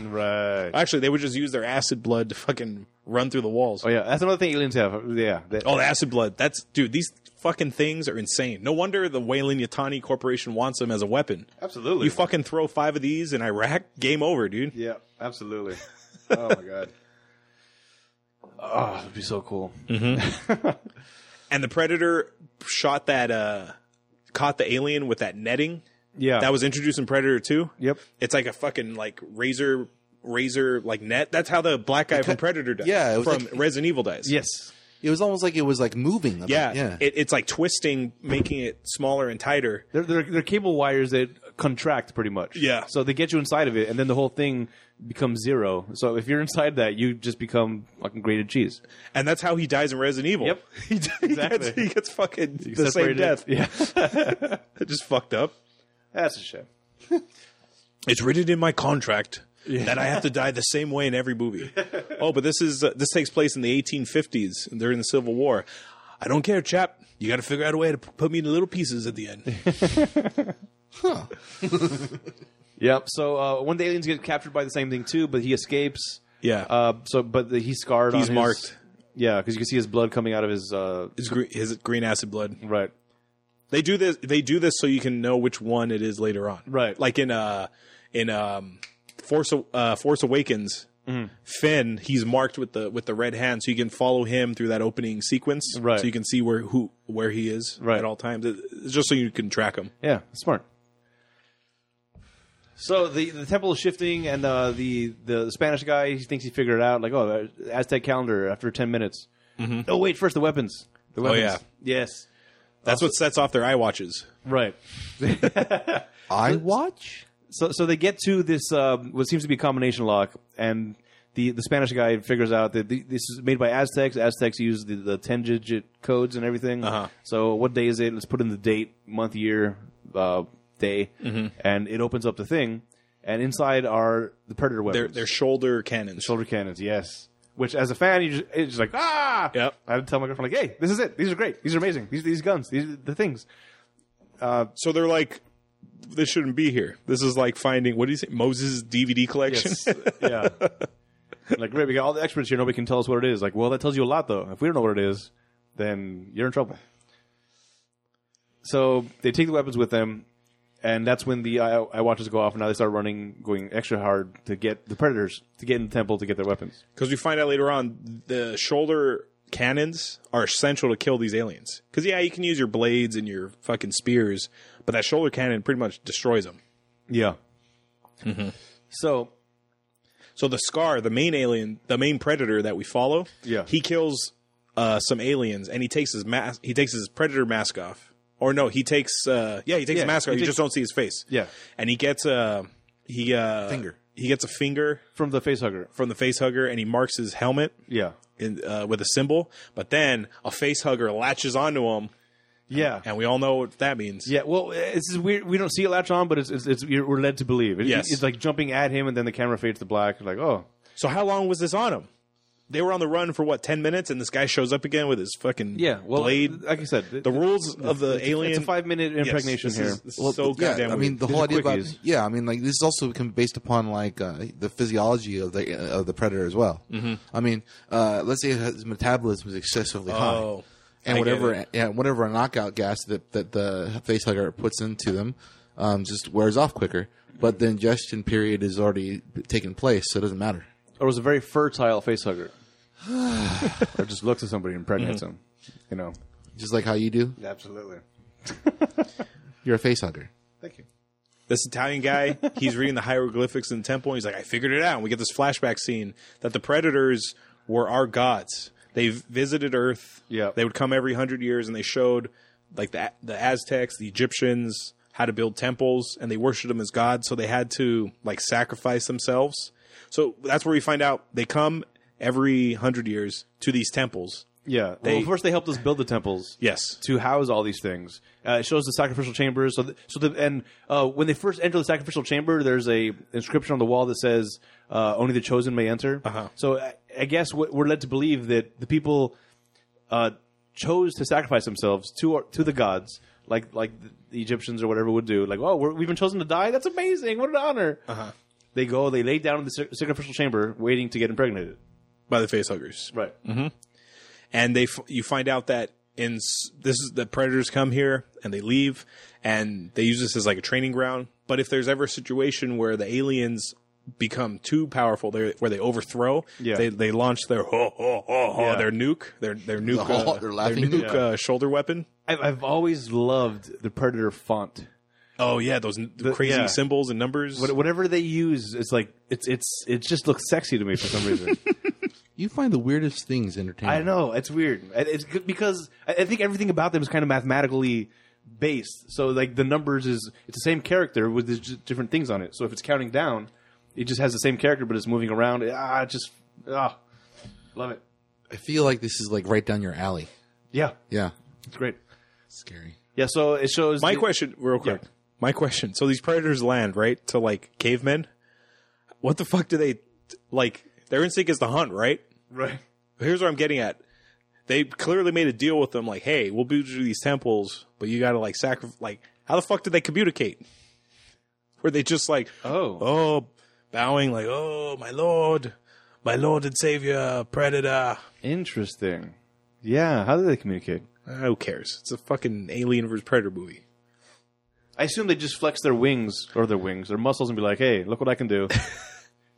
Speaker 2: Right.
Speaker 1: Actually, they would just use their acid blood to fucking run through the walls.
Speaker 2: Oh yeah, that's another thing aliens have. Yeah. They-
Speaker 1: Oh, the acid blood. That's dude. These fucking things are insane. No wonder the Wayland Yutani Corporation wants them as a weapon.
Speaker 2: Absolutely.
Speaker 1: You fucking throw five of these in Iraq, game over, dude.
Speaker 2: Yeah, *laughs* absolutely. oh my god. Oh, it'd be so cool.
Speaker 1: And the Predator shot that, uh caught the alien with that netting
Speaker 2: Yeah.
Speaker 1: that was introduced in Predator Two.
Speaker 2: Yep.
Speaker 1: It's like a fucking like razor, razor like net. That's how the black guy from Predator dies.
Speaker 3: yeah, it was
Speaker 1: from
Speaker 3: like-
Speaker 1: Resident Evil dies.
Speaker 2: Yes.
Speaker 3: It was almost like it was like moving.
Speaker 1: yeah.
Speaker 3: yeah.
Speaker 1: It, it's like twisting, making it smaller and tighter.
Speaker 2: They're, they're, they're cable wires that contract pretty much.
Speaker 1: Yeah.
Speaker 2: So they get you inside of it, and then the whole thing becomes zero. So if you're inside that, you just become fucking grated cheese.
Speaker 1: And that's how he dies in Resident Evil. *laughs*
Speaker 2: Yep.
Speaker 1: he, d- he
Speaker 2: Exactly.
Speaker 1: gets, he gets fucking
Speaker 2: You
Speaker 1: the same
Speaker 2: separated
Speaker 1: death.
Speaker 2: it.
Speaker 1: *laughs*
Speaker 2: Yeah.
Speaker 1: Just fucked up.
Speaker 2: That's a shame.
Speaker 1: It's written in my contract that I have to die the same way in every
Speaker 2: *laughs*
Speaker 1: movie. oh, but this is uh, this takes place in the 1850s during the Civil War. I don't care, chap. You got to figure out a way to p- put me into little pieces at the
Speaker 2: *laughs*
Speaker 1: end.
Speaker 2: Yep. So uh, one of the aliens get captured by the same thing too, but he escapes.
Speaker 1: Yeah.
Speaker 2: Uh, so, but the, he's scarred.
Speaker 1: He's
Speaker 2: on his-
Speaker 1: marked.
Speaker 2: Yeah, because you can see his blood coming out of his. Uh,
Speaker 1: His, gre- his green acid blood.
Speaker 2: right.
Speaker 1: They do this. They do this so you can know which one it is later on.
Speaker 2: Right.
Speaker 1: Like in uh in um Force Aw- uh, Force Awakens,
Speaker 2: Mm-hmm.
Speaker 1: Finn he's marked with the with the red hand, so you can follow him through that opening sequence.
Speaker 2: Right.
Speaker 1: So you can see where who where he is
Speaker 2: Right.
Speaker 1: at all times. It- it's just so you can track him.
Speaker 2: Yeah, smart. So the the temple is shifting, and uh, the the Spanish guy he thinks he figured it out. Like, oh, the Aztec calendar after ten minutes. Oh wait, first the weapons. The weapons.
Speaker 1: Oh, yeah.
Speaker 2: Yes.
Speaker 1: That's what sets off their eye watches.
Speaker 2: Right.
Speaker 3: I watch.
Speaker 2: So so they get to this um, what seems to be a combination lock, and the the Spanish guy figures out that the, this is made by Aztecs. Aztecs use the the ten digit codes and everything.
Speaker 1: Uh-huh.
Speaker 2: So what day is it? Let's put in the date, month, year, uh, day,
Speaker 1: Mm-hmm.
Speaker 2: and it opens up the thing. And inside are the predator weapons.
Speaker 1: Their their shoulder cannons.
Speaker 2: shoulder cannons, yes. Which, as a fan, you just, it's just like ah.
Speaker 1: Yep.
Speaker 2: I had to tell my girlfriend like, hey, this is it. These are great. These are amazing. These these guns. These are the things.
Speaker 1: So they're like, this shouldn't be here. This is like finding what do you say, Moses DVD collection. *laughs*
Speaker 2: Yes. yeah. Like, great, we got all the experts here. Nobody can tell us what it is. Like, well, that tells you a lot, though. If we don't know what it is, then you're in trouble. So they take the weapons with them, and that's when the eye, eye watches go off, and now they start running, going extra hard to get the predators to get in the temple to get their weapons.
Speaker 1: Because we find out later on, the shoulder cannons are essential to kill these aliens. Because yeah, you can use your blades and your fucking spears, but that shoulder cannon pretty much destroys them.
Speaker 2: Yeah. Mm-hmm. So
Speaker 1: So the scar, the main alien, the main predator that we follow,
Speaker 2: Yeah.
Speaker 1: he kills uh, some aliens and he takes his mask, he takes his predator mask off. Or no, he takes uh, yeah, he takes
Speaker 2: Yeah,
Speaker 1: his mask
Speaker 2: he
Speaker 1: off. You
Speaker 2: takes-
Speaker 1: just don't see his face.
Speaker 2: Yeah.
Speaker 1: and he gets a he uh,
Speaker 3: Finger.
Speaker 1: He gets a finger
Speaker 2: from the facehugger.
Speaker 1: from the face hugger and he marks his helmet.
Speaker 2: Yeah.
Speaker 1: in, uh, with a symbol, but then a face hugger latches onto him,
Speaker 2: Yeah.
Speaker 1: and we all know what that means.
Speaker 2: Yeah, well, it's just weird. We don't see it latch on, but it's it's, it's you're- we're led to believe. It-
Speaker 1: Yes.
Speaker 2: it's like jumping at him, and then the camera fades to black. Like, oh,
Speaker 1: So how long was this on him? They were on the run for what ten minutes, and this guy shows up again with his fucking blade.
Speaker 2: Like I said,
Speaker 1: the rules of the alien.
Speaker 2: It's a five minute
Speaker 1: Yes,
Speaker 2: impregnation
Speaker 1: this
Speaker 2: here.
Speaker 1: is- this is so
Speaker 3: Yeah,
Speaker 1: Oh, goddamn.
Speaker 3: I mean
Speaker 1: weird.
Speaker 3: the
Speaker 2: These
Speaker 3: whole
Speaker 2: are
Speaker 3: idea about
Speaker 2: quickies.
Speaker 3: yeah, I mean like this is also become based upon like uh, the physiology of the uh, of the predator as well. Mm-hmm. I mean, uh, let's say his metabolism is excessively
Speaker 1: Oh,
Speaker 3: high, and
Speaker 1: I get
Speaker 3: whatever
Speaker 1: it.
Speaker 3: yeah, whatever a knockout gas that that the face hugger puts into them um, just wears off quicker. But the ingestion period is already taken place, so it doesn't matter.
Speaker 2: or was a very fertile *sighs* facehugger. or just looks at somebody and impregnates them. You know.
Speaker 3: Just like how you do,
Speaker 2: Absolutely.
Speaker 3: you're a face hugger.
Speaker 2: Thank you.
Speaker 1: this Italian guy, he's reading the hieroglyphics in the temple. And he's like, I figured it out. And we get this flashback scene that the predators were our gods. They visited Earth.
Speaker 2: Yeah.
Speaker 1: They would come every hundred years and they showed like the, the Aztecs, the Egyptians, how to build temples and they worshiped them as gods. So they had to like sacrifice themselves. So that's where we find out they come every hundred years to these temples
Speaker 2: Yeah. well, first they helped us build the temples.
Speaker 1: Yes.
Speaker 2: to house all these things. Uh, it shows the sacrificial chambers. So, the, so the and uh, when they first enter the sacrificial chamber, there's a inscription on the wall that says, uh, "Only the chosen may enter."
Speaker 1: Uh-huh.
Speaker 2: So, I, I guess what we're led to believe that the people uh, chose to sacrifice themselves to our, to the gods, like like the Egyptians or whatever would do. Like, oh, we're, we've been chosen to die. That's amazing. What an honor. Uh-huh. They go. They lay down in the sac- sacrificial chamber, waiting to get impregnated. Mm-hmm.
Speaker 1: By the facehuggers.
Speaker 2: Right.
Speaker 1: and they f- you find out that in s- this is the predators come here and they leave and they use this as like a training ground but if there's ever a situation where the aliens become too powerful they where they overthrow
Speaker 2: Yeah.
Speaker 1: they they launch their ho ho ho ho
Speaker 2: Yeah.
Speaker 1: their nuke their their nuke
Speaker 3: ho-
Speaker 1: uh,
Speaker 3: ho- they're laughing
Speaker 1: their nuke
Speaker 3: nuke.
Speaker 1: uh, shoulder weapon
Speaker 2: I've, I've always loved the predator font.
Speaker 1: oh yeah those n crazy
Speaker 2: yeah.
Speaker 1: symbols and numbers
Speaker 2: What- whatever they use, it's like it's it's it just looks sexy to me for some reason.
Speaker 3: You find the weirdest things entertaining.
Speaker 2: *laughs* I know it's weird. It- It's good because I I think everything about them is kind of mathematically based. So like the numbers is it's the same character with these just different things on it. So if it's counting down, it just has the same character, but it's moving around. Ah, it just ah, love it.
Speaker 3: I feel like this is like right down your alley.
Speaker 2: Yeah,
Speaker 3: Yeah,
Speaker 2: it's great.
Speaker 3: scary.
Speaker 2: Yeah, so it shows
Speaker 1: my
Speaker 2: the-
Speaker 1: question real quick
Speaker 2: Yeah.
Speaker 1: my question so these predators land right to like cavemen what the fuck do they like their instinct is to hunt right
Speaker 2: *laughs* Right.
Speaker 1: here's what I'm getting at. They clearly made a deal with them, like, hey, we'll build you these temples, but you gotta like sacrifice. Like, how the fuck did they communicate? Were they just like,
Speaker 2: Oh,
Speaker 1: oh, bowing, like, oh, my lord, my lord and savior, predator?
Speaker 2: interesting. Yeah, how do they communicate?
Speaker 1: Uh, who cares? It's a fucking alien versus predator movie.
Speaker 2: I assume they just flex their wings or their wings, their muscles, and be like, "Hey, look what I can *laughs* do.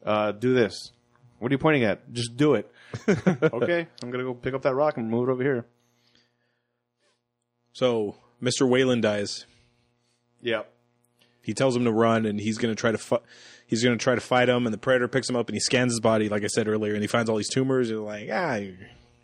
Speaker 2: uh, do this. What are you pointing at? Just do *laughs* it." okay, I'm gonna go pick up that rock and move it over here.
Speaker 1: So Mr. Whalen dies.
Speaker 2: Yeah.
Speaker 1: He tells him to run, and he's gonna try to fu- he's gonna try to fight him. And the predator picks him up, and he scans his body, like I said earlier, and he finds all these tumors. And like, ah,
Speaker 2: Yeah.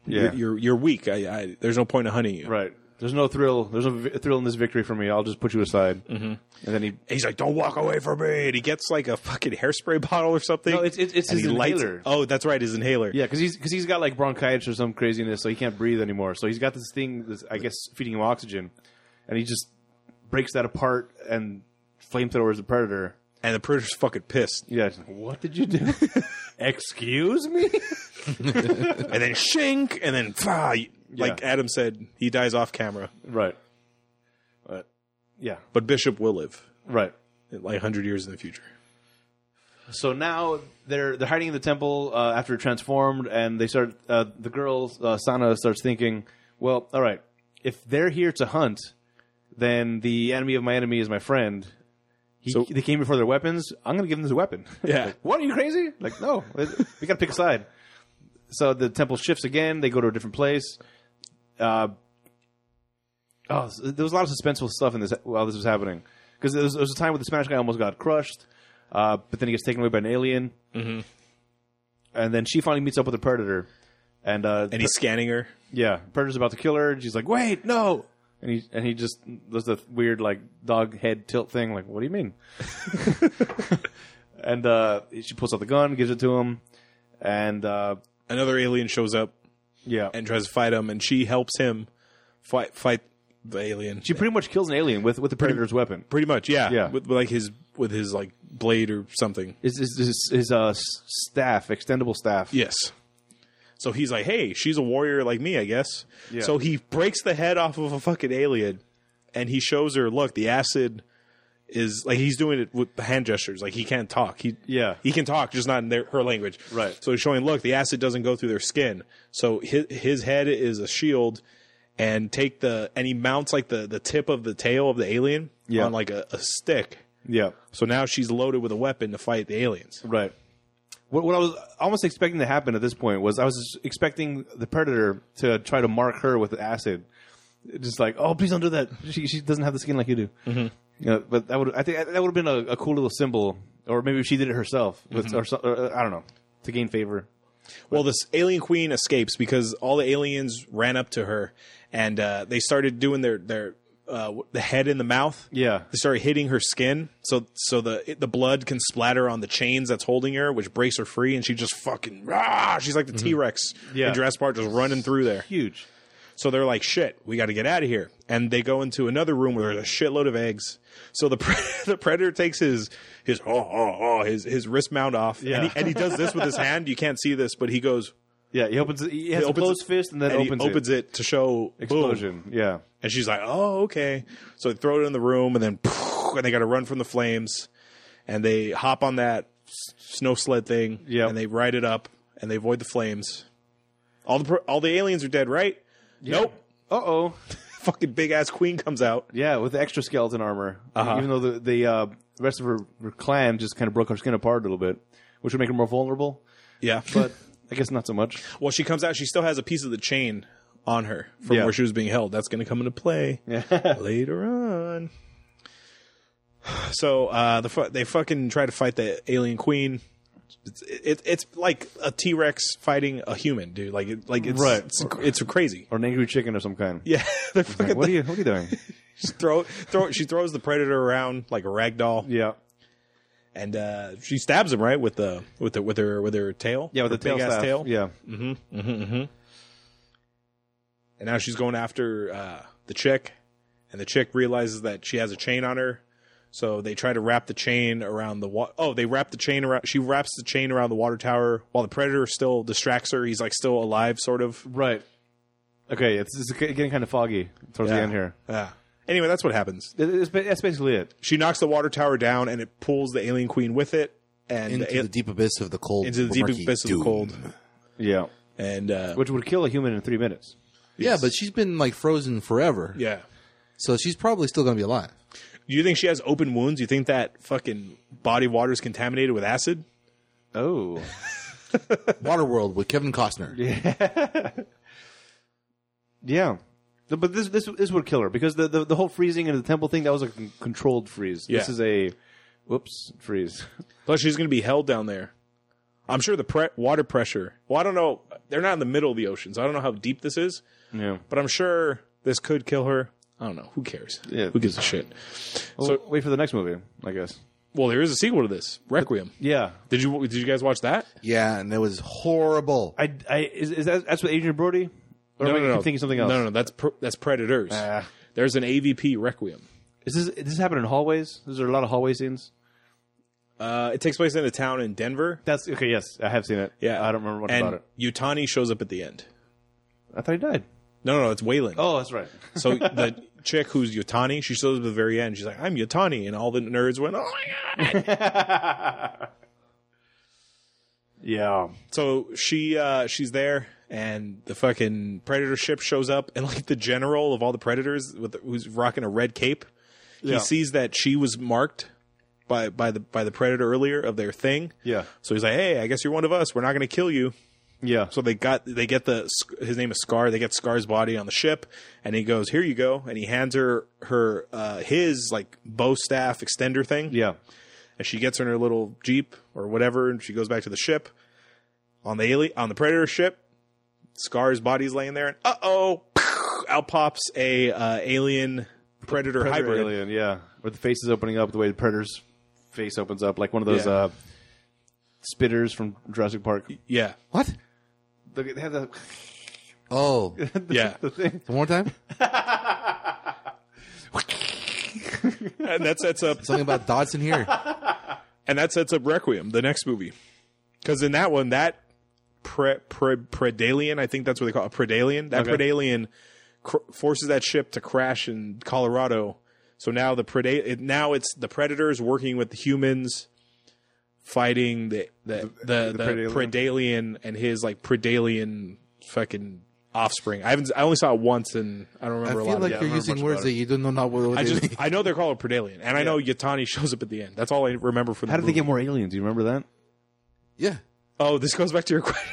Speaker 1: you're, you're you're weak. I, I there's no point in hunting you.
Speaker 2: right. There's no thrill. There's no vi- thrill in this victory for me. I'll just put you aside. Mm-hmm. And then he.
Speaker 1: He's like, "Don't walk away from me!" And he gets like a fucking hairspray *laughs* bottle or something.
Speaker 2: No, it's- it's- it's
Speaker 1: and
Speaker 2: his
Speaker 1: he lights-
Speaker 2: inhaler.
Speaker 1: oh, that's right, his inhaler.
Speaker 2: Yeah, because he's because he's got like bronchitis or some craziness, so he can't breathe anymore. So he's got this thing, that's, I guess, feeding him oxygen, and he just breaks that apart and flamethrowers the predator.
Speaker 1: And the predator's fucking pissed.
Speaker 2: Yeah. it's like, What did you do? Excuse me?
Speaker 1: And then shink, and then pah, you- like Adam said, he dies off camera.
Speaker 2: *laughs* Right. But yeah,
Speaker 1: But Bishop will live
Speaker 2: right.
Speaker 1: like hundred years in the future.
Speaker 2: So now they're they're hiding in the temple uh, after it transformed, and they start. Uh, the girl uh, Sana starts thinking, "Well, all right, if they're here to hunt, then the enemy of my enemy is my friend." He,
Speaker 1: So-
Speaker 2: they came here for their weapons. I'm going to give them the weapon.
Speaker 1: Yeah.
Speaker 2: Like, what are you crazy? Like, no, we got to pick a side. So the temple shifts again. They go to a different place. Uh, oh, s- there was a lot of suspenseful stuff in this while this was happening because there, was- there was a time where the Spanish guy almost got crushed, uh, but then he gets taken away by an alien, mm-hmm. and then she finally meets up with a predator, and uh,
Speaker 1: And he's scanning her.
Speaker 2: yeah, predator's about to kill her, and she's like, "Wait, no!" And he and he just does the weird like dog head tilt thing, like, "What do you mean?" *laughs* and uh, she pulls out the gun, gives it to him, and uh,
Speaker 1: Another alien shows up
Speaker 2: yeah,
Speaker 1: and tries to fight him, and she helps him fight fight the alien.
Speaker 2: she pretty much kills an alien with with the predator's weapon.
Speaker 1: pretty much, yeah,
Speaker 2: Yeah.
Speaker 1: with, with like his with his like blade or something.
Speaker 2: Is is is his uh, s- staff, extendable staff?
Speaker 1: Yes. So he's like, hey, she's a warrior like me, I guess.
Speaker 2: Yeah.
Speaker 1: So he breaks the head off of a fucking alien and he shows her, look, the acid is like he's doing it with hand gestures. Like he can't talk. He
Speaker 2: Yeah.
Speaker 1: He can talk, just not in their, her language.
Speaker 2: Right.
Speaker 1: So he's showing, look, the acid doesn't go through their skin. So his, his head is a shield and take the and he mounts like the, the tip of the tail of the alien
Speaker 2: Yeah.
Speaker 1: on like a, a stick.
Speaker 2: yeah,
Speaker 1: So now she's loaded with a weapon to fight the aliens.
Speaker 2: right. What, what I was almost expecting to happen at this point was I was expecting the predator to try to mark her with acid, just like, oh, please don't do that. She she doesn't have the skin like you do. Mm-hmm. You know, but that would I think that would have been a, a cool little symbol, or maybe she did it herself, with,
Speaker 1: Mm-hmm.
Speaker 2: or, so- or, uh, I don't know, to gain favor.
Speaker 1: Well, this alien queen escapes because all the aliens ran up to her and uh, they started doing their their uh, the head in the mouth.
Speaker 2: Yeah.
Speaker 1: They started hitting her skin, so so the it- the blood can splatter on the chains that's holding her, which breaks her free, and she just fucking rah, she's like the T Rex
Speaker 2: Mm-hmm. Yeah.
Speaker 1: in Jurassic Park, just running through there.
Speaker 2: Huge.
Speaker 1: So they're like, shit, we got to get out of here. And they go into another room where there's a shitload of eggs. So the *laughs* pre- the predator takes his his oh, oh, oh, his his wrist mount off, and,
Speaker 2: Yeah.
Speaker 1: he, and he does this with his hand. You can't see this, but he goes,
Speaker 2: Yeah, he opens. He
Speaker 1: He
Speaker 2: has a
Speaker 1: opens
Speaker 2: closed
Speaker 1: it-
Speaker 2: fist and then
Speaker 1: and
Speaker 2: opens,
Speaker 1: he opens
Speaker 2: it.
Speaker 1: it, to show boom.
Speaker 2: Explosion. Yeah.
Speaker 1: And she's like, oh, okay. So they throw it in the room, and then and they got to run from the flames, and they hop on that s- snow sled thing,
Speaker 2: Yep.
Speaker 1: and they ride it up, and they avoid the flames. All the pro- all the aliens are dead, right? Nope.
Speaker 2: Uh oh.
Speaker 1: Fucking big ass queen comes out.
Speaker 2: Yeah, with extra skeleton armor.
Speaker 1: Uh-huh.
Speaker 2: Even though the the uh, rest of her, her clan just kind of broke her skin apart a little bit, which would make her more vulnerable.
Speaker 1: *laughs* Yeah,
Speaker 2: But I guess not so much.
Speaker 1: Well, she comes out. She still has a piece of the chain on her from
Speaker 2: Yeah.
Speaker 1: where she was being held. That's going to come into play
Speaker 2: Yeah.
Speaker 1: later on. *sighs* So uh, the fu- they fucking try to fight the alien queen. It's it, it's like a T Rex fighting a human, dude. Like it, like it's
Speaker 2: Right.
Speaker 1: it's, it's crazy.
Speaker 2: *laughs*
Speaker 1: *laughs*
Speaker 2: or an angry chicken of some kind.
Speaker 1: Yeah, they're
Speaker 2: Like,
Speaker 1: fucking
Speaker 2: what are you? What are you *laughs* doing?
Speaker 1: just throw throw. She throws the predator around like a rag doll,
Speaker 2: yeah.
Speaker 1: and uh, she stabs him right with the with the with her with her tail.
Speaker 2: Yeah, with
Speaker 1: her
Speaker 2: the tail
Speaker 1: big-ass
Speaker 2: staff.
Speaker 1: tail.
Speaker 2: Yeah.
Speaker 1: and now she's going after uh, the chick, and the chick realizes that she has a chain on her, so they try to wrap the chain around the wa- oh they wrap the chain around she wraps the chain around the water tower while the predator still distracts her. He's like still alive, sort of.
Speaker 2: Right. Okay. It's, it's getting kind of foggy towards the end here.
Speaker 1: Yeah. Uh, Anyway, that's what happens.
Speaker 2: It- it's ba- that's basically it.
Speaker 1: She knocks the water tower down, and it pulls the alien queen with it, and
Speaker 3: *laughs* into
Speaker 1: the,
Speaker 3: the deep abyss of the cold.
Speaker 1: into the deep
Speaker 3: murky
Speaker 1: abyss of
Speaker 3: doom.
Speaker 1: the cold.
Speaker 2: Yeah.
Speaker 1: And uh,
Speaker 2: Which would kill a human in three minutes.
Speaker 3: Yeah, but she's been like frozen forever.
Speaker 1: yeah,
Speaker 3: So she's probably still going to be alive.
Speaker 1: do you think she has open wounds? You think that fucking body of water is contaminated with acid?
Speaker 2: Oh.
Speaker 3: Waterworld with Kevin Costner.
Speaker 2: Yeah. No, But this this this would kill her because the, the, the whole freezing into the temple thing that was a con- controlled freeze. This
Speaker 1: Yeah.
Speaker 2: is a whoops freeze.
Speaker 1: Plus, she's going to be held down there. I'm sure the pre- water pressure. Well, I don't know. They're not in the middle of the ocean, so I don't know how deep this is.
Speaker 2: Yeah.
Speaker 1: But I'm sure this could kill her. I don't know. Who cares?
Speaker 2: Yeah.
Speaker 1: Who gives a shit?
Speaker 2: So Oh, wait for the next movie, I guess.
Speaker 1: Well, there is a sequel to this, Requiem.
Speaker 2: Yeah.
Speaker 1: Did you Did you guys watch that?
Speaker 3: Yeah, and it was horrible.
Speaker 2: I, I is, is that that's with Adrian Brody? Or am I thinking something else?
Speaker 1: No, no, no. That's pr- that's Predators.
Speaker 2: Ah.
Speaker 1: There's an AVP Requiem.
Speaker 2: Is this does this happen in hallways? Is there a lot of hallway scenes?
Speaker 1: Uh, it takes place in a town in Denver.
Speaker 2: That's okay. Yes, I have seen it.
Speaker 1: Yeah,
Speaker 2: I don't remember much
Speaker 1: and
Speaker 2: about it.
Speaker 1: Utani shows up at the end.
Speaker 2: I thought he died.
Speaker 1: No, no, it's Wayland.
Speaker 2: Oh, that's right.
Speaker 1: So the chick who's Yutani, she shows up at the very end. She's like, "I'm Yutani," and all the nerds went, "Oh my god!"
Speaker 2: *laughs* Yeah.
Speaker 1: so she uh, she's there, and the fucking predator ship shows up, and *laughs* like the general of all the predators, with the, who's rocking a red cape,
Speaker 2: Yeah.
Speaker 1: he sees that she was marked by by the by the predator earlier of their thing.
Speaker 2: Yeah.
Speaker 1: So he's like, "Hey, I guess you're one of us. We're not going to kill you."
Speaker 2: Yeah.
Speaker 1: So they got they get the his name is Scar. They get Scar's body on the ship, and he goes, "Here you go," and he hands her her uh, his like bow staff extender thing,
Speaker 2: yeah.
Speaker 1: and she gets in her little jeep or whatever, and she goes back to the ship on the alien on the Predator ship. Scar's body's laying there, and uh oh, *laughs* out pops a uh, alien Predator,
Speaker 2: Predator
Speaker 1: hybrid.
Speaker 2: alien, yeah. Where the face is opening up the way the predator's face opens up, like one of those
Speaker 1: Yeah.
Speaker 2: uh, spitters from Jurassic Park. *laughs*
Speaker 1: Yeah,
Speaker 3: what?
Speaker 2: Look, They have the,
Speaker 3: Oh,
Speaker 1: yeah,
Speaker 2: the *laughs* thing.
Speaker 3: one more time?
Speaker 1: and that sets up
Speaker 3: Something about Dodson *laughs* here.
Speaker 1: and that sets up Requiem, the next movie, because in that one, that pre, pre predalien, I think that's what they call it, predalien. That
Speaker 2: Okay.
Speaker 1: predalien cr- forces that ship to crash in Colorado. So now the preda- it, now it's the predators working with the humans, fighting the the the, the,
Speaker 2: predalien.
Speaker 1: predalien and his like predalien fucking offspring. I haven't I only saw it once and I don't
Speaker 3: I
Speaker 1: remember a
Speaker 3: feel
Speaker 1: lot.
Speaker 3: like
Speaker 1: of it.
Speaker 2: I remember
Speaker 3: you're
Speaker 2: much
Speaker 3: using
Speaker 2: about
Speaker 3: words that you don't know not what what
Speaker 1: I
Speaker 3: they
Speaker 1: just
Speaker 3: mean.
Speaker 1: I know they're called a predalien, and I know Yatani shows up at the end. That's all I remember from.
Speaker 2: How
Speaker 1: the
Speaker 2: did they
Speaker 1: movie.
Speaker 2: get more aliens? Do you remember that?
Speaker 3: *laughs* Yeah.
Speaker 1: Oh, this goes back to your *laughs* question.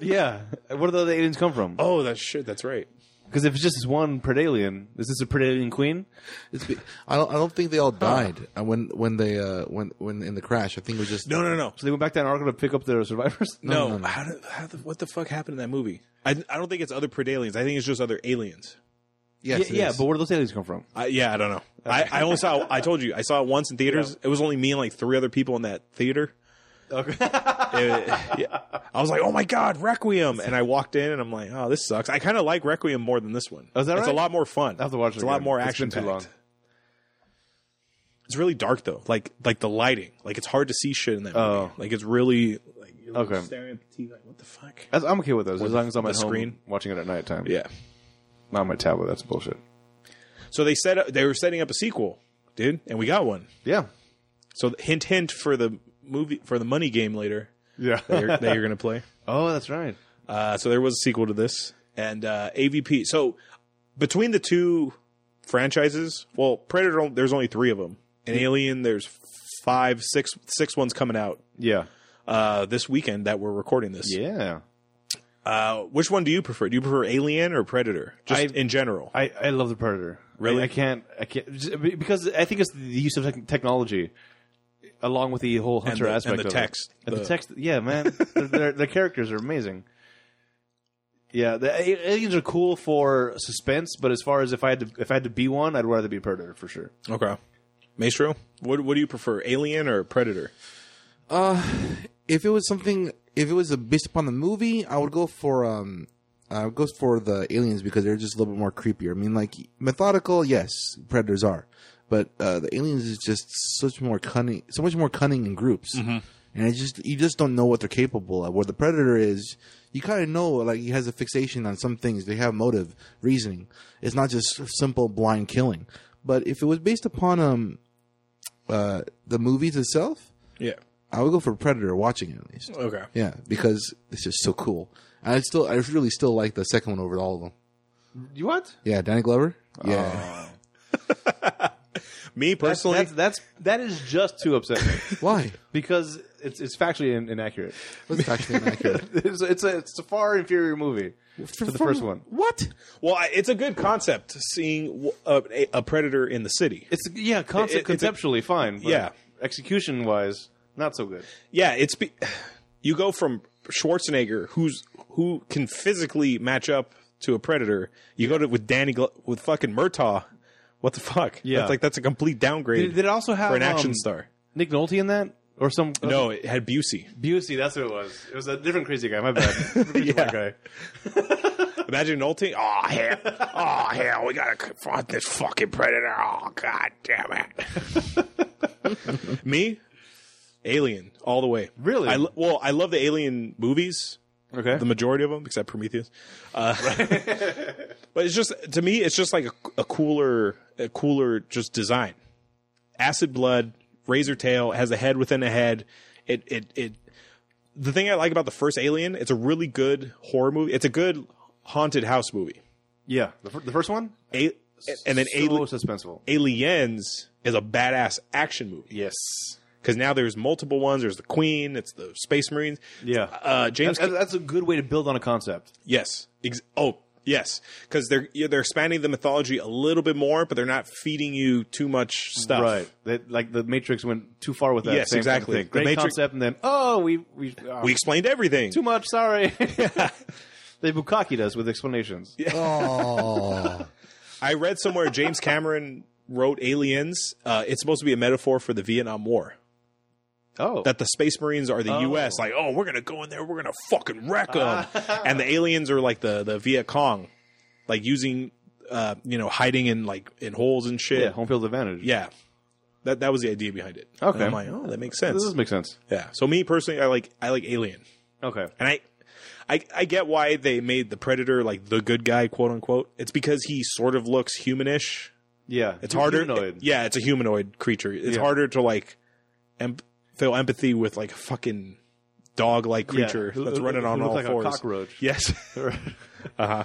Speaker 2: yeah. *laughs* Where do the aliens come from?
Speaker 1: Oh, that's shit. That's right.
Speaker 2: Because if it's just this one predalien, is this a predalien queen?
Speaker 3: It's be- I don't I don't think they all died uh, when when they uh when when in the crash. I think it was just
Speaker 1: No, no, no,
Speaker 2: So they went back to Antarctica to pick up their survivors?
Speaker 1: no. How did, how the, what the fuck happened in that movie? I, I don't think it's other predaliens. I think it's just other aliens.
Speaker 3: Yes, it
Speaker 2: yeah, yeah,
Speaker 3: is.
Speaker 2: but where do those aliens come from?
Speaker 1: I, yeah, I don't know. I, I only saw. I told you, I saw it once in theaters. It was only me and like three other people in that theater. *laughs* Okay. I was like, "Oh my god, Requiem!" And I walked in, and I'm like, "Oh, this sucks." I kind of like Requiem more than this one.
Speaker 2: Oh, is that
Speaker 1: it's
Speaker 2: right?
Speaker 1: a lot more fun.
Speaker 2: I have to watch it
Speaker 1: It's a lot
Speaker 2: again.
Speaker 1: more
Speaker 2: It's
Speaker 1: action
Speaker 2: been too long.
Speaker 1: packed. It's really dark though. Like like the lighting. Like it's hard to see shit in that.
Speaker 2: Oh.
Speaker 1: movie. Like it's really like you're
Speaker 2: Okay.
Speaker 1: staring at the TV like, "What the fuck?"
Speaker 2: As- I'm okay with those as long as I'm
Speaker 1: the
Speaker 2: at home
Speaker 1: screen?
Speaker 2: watching it at nighttime.
Speaker 1: Yeah.
Speaker 2: not on my tablet. That's bullshit.
Speaker 1: So they set up, they were setting up a sequel, dude, and we got one.
Speaker 2: Yeah,
Speaker 1: So hint hint for the movie for the money game later
Speaker 2: yeah.
Speaker 1: that you're, that you're gonna
Speaker 2: *laughs*
Speaker 1: play.
Speaker 2: oh, that's right.
Speaker 1: Uh, so there was a sequel to this and uh, AVP. So between the two franchises, well, Predator on- there's only three of them, and Alien there's five, six, six ones coming out
Speaker 2: Yeah,
Speaker 1: uh, this weekend that we're recording this.
Speaker 2: yeah.
Speaker 1: Uh, which one do you prefer? Do you prefer Alien or Predator? Just
Speaker 2: I-
Speaker 1: in general.
Speaker 2: I, I love the Predator.
Speaker 1: Really?
Speaker 2: I, I can't. I can't just be- because I think it's the use of tech- technology, along with the whole hunter
Speaker 1: the- and
Speaker 2: aspect
Speaker 1: the
Speaker 2: of it.
Speaker 1: text.
Speaker 2: And the,
Speaker 1: The-
Speaker 2: text.
Speaker 1: *laughs*
Speaker 2: Yeah, man, their, their, their characters are amazing. Yeah, the a- aliens are cool for suspense, but as far as if I had to if I had to be one, I'd rather be Predator for sure.
Speaker 1: okay. Maestro, what what do you prefer, Alien or Predator?
Speaker 3: if it was something if it was a, based upon the movie i would go for um i would go for the aliens because they're just a little bit more creepier i mean like methodical yes predators are but uh the aliens is just such more cunning so much more cunning in groups and it just you just don't know what they're capable of where the predator is you kind of know like he has a fixation on some things they have motive reasoning it's not just simple blind killing but if it was based upon um uh the movies itself
Speaker 1: Yeah.
Speaker 3: I would go for Predator watching it at least.
Speaker 1: Okay.
Speaker 3: Yeah, because it's just so cool. And I still, I really still like the second one over all of them.
Speaker 2: You what?
Speaker 3: Yeah, Danny Glover. Yeah.
Speaker 1: Me personally,
Speaker 2: That's that's that is just too
Speaker 1: *laughs*
Speaker 2: upsetting
Speaker 3: Why?
Speaker 2: because it's it's factually in, inaccurate. *laughs*
Speaker 3: That's actually inaccurate.
Speaker 2: it's, it's a it's a far inferior movie to the first one.
Speaker 3: What?
Speaker 1: well, I, it's a good concept seeing w- a, a predator in the city.
Speaker 2: It's yeah, concept,
Speaker 1: It- it's a-
Speaker 2: conceptually fine. But
Speaker 1: Yeah.
Speaker 2: execution wise, not so good.
Speaker 1: Yeah, it's be, *sighs* you go from Schwarzenegger, who's who can physically match up to a predator. You go to with Danny Glo- with fucking Murtaugh. What the fuck?
Speaker 2: Yeah.
Speaker 1: that's like that's a complete downgrade
Speaker 2: Did, did it also have
Speaker 1: for an action
Speaker 2: um,
Speaker 1: star.
Speaker 2: Nick Nolte in that or some uh,
Speaker 1: No, it had Busey.
Speaker 2: Busey? That's who it was. It was a different crazy guy.
Speaker 1: *laughs*
Speaker 2: My bad. yeah. guy.
Speaker 1: Imagine Nolte. Oh hell! Oh hell! We gotta confront this fucking predator. Oh god damn it! Me, Alien, all the way.
Speaker 2: Really?
Speaker 1: I lo- well, I love the Alien movies,
Speaker 2: Okay.
Speaker 1: the majority of them, except Prometheus. Uh, *laughs* but it's just to me, it's just like a, a cooler, a cooler just design. Acid blood, razor tail has a head within a head. It it it. The thing I like about the first Alien, it's a really good horror movie. It's a good haunted house movie.
Speaker 2: yeah, the, fir- the first one.
Speaker 1: A- and then
Speaker 2: so
Speaker 1: Ali-
Speaker 2: suspenseful.
Speaker 1: Aliens is a badass action movie
Speaker 2: Yes.
Speaker 1: because now there's multiple ones. There's the Queen, it's the Space Marines.
Speaker 2: Yeah.
Speaker 1: uh, James.
Speaker 2: That's, that's a good way to build on a concept.
Speaker 1: yes. Ex- oh, yes. Because they're yeah, they're expanding the mythology a little bit more, but they're not feeding you too much stuff.
Speaker 2: Right. That, like the Matrix went too far with that.
Speaker 1: Yes,
Speaker 2: same kind of
Speaker 1: exactly.
Speaker 2: thing.
Speaker 1: The
Speaker 2: Great
Speaker 1: Matrix-
Speaker 2: concept, and then oh, we we, oh,
Speaker 1: We explained everything.
Speaker 2: too much.
Speaker 1: *laughs*
Speaker 2: Sorry. they bukakied us with explanations. Yeah.
Speaker 3: Oh.
Speaker 1: I read somewhere
Speaker 2: *laughs*
Speaker 1: James Cameron wrote Aliens. Uh, it's supposed to be a metaphor for the Vietnam War.
Speaker 2: Oh,
Speaker 1: that the Space Marines are the
Speaker 2: Oh.
Speaker 1: U.S. Like, oh, we're gonna go in there, we're gonna fucking wreck
Speaker 2: *laughs*
Speaker 1: them, and the aliens are like the the Viet Cong, like using, uh, you know, hiding in like in holes and shit.
Speaker 2: yeah,
Speaker 1: Yeah,
Speaker 2: home field advantage.
Speaker 1: that that was the idea behind it.
Speaker 2: Okay.
Speaker 1: And I'm like, oh, that makes
Speaker 2: This
Speaker 1: sense.
Speaker 2: does make sense.
Speaker 1: yeah. So me personally, I like I like Alien,
Speaker 2: Okay.
Speaker 1: and I. I, I get why they made the predator like the good guy quote unquote. It's because he sort of looks humanish.
Speaker 2: Yeah.
Speaker 1: It's harder.
Speaker 2: Humanoid.
Speaker 1: yeah, it's a humanoid creature. It's
Speaker 2: Yeah.
Speaker 1: harder to like em- feel empathy with like a fucking dog like creature
Speaker 2: who-
Speaker 1: that's
Speaker 2: who-
Speaker 1: running
Speaker 2: who
Speaker 1: on
Speaker 2: look
Speaker 1: all
Speaker 2: like a
Speaker 1: fours.
Speaker 2: cockroach.
Speaker 1: *laughs* Yes. Uh-huh.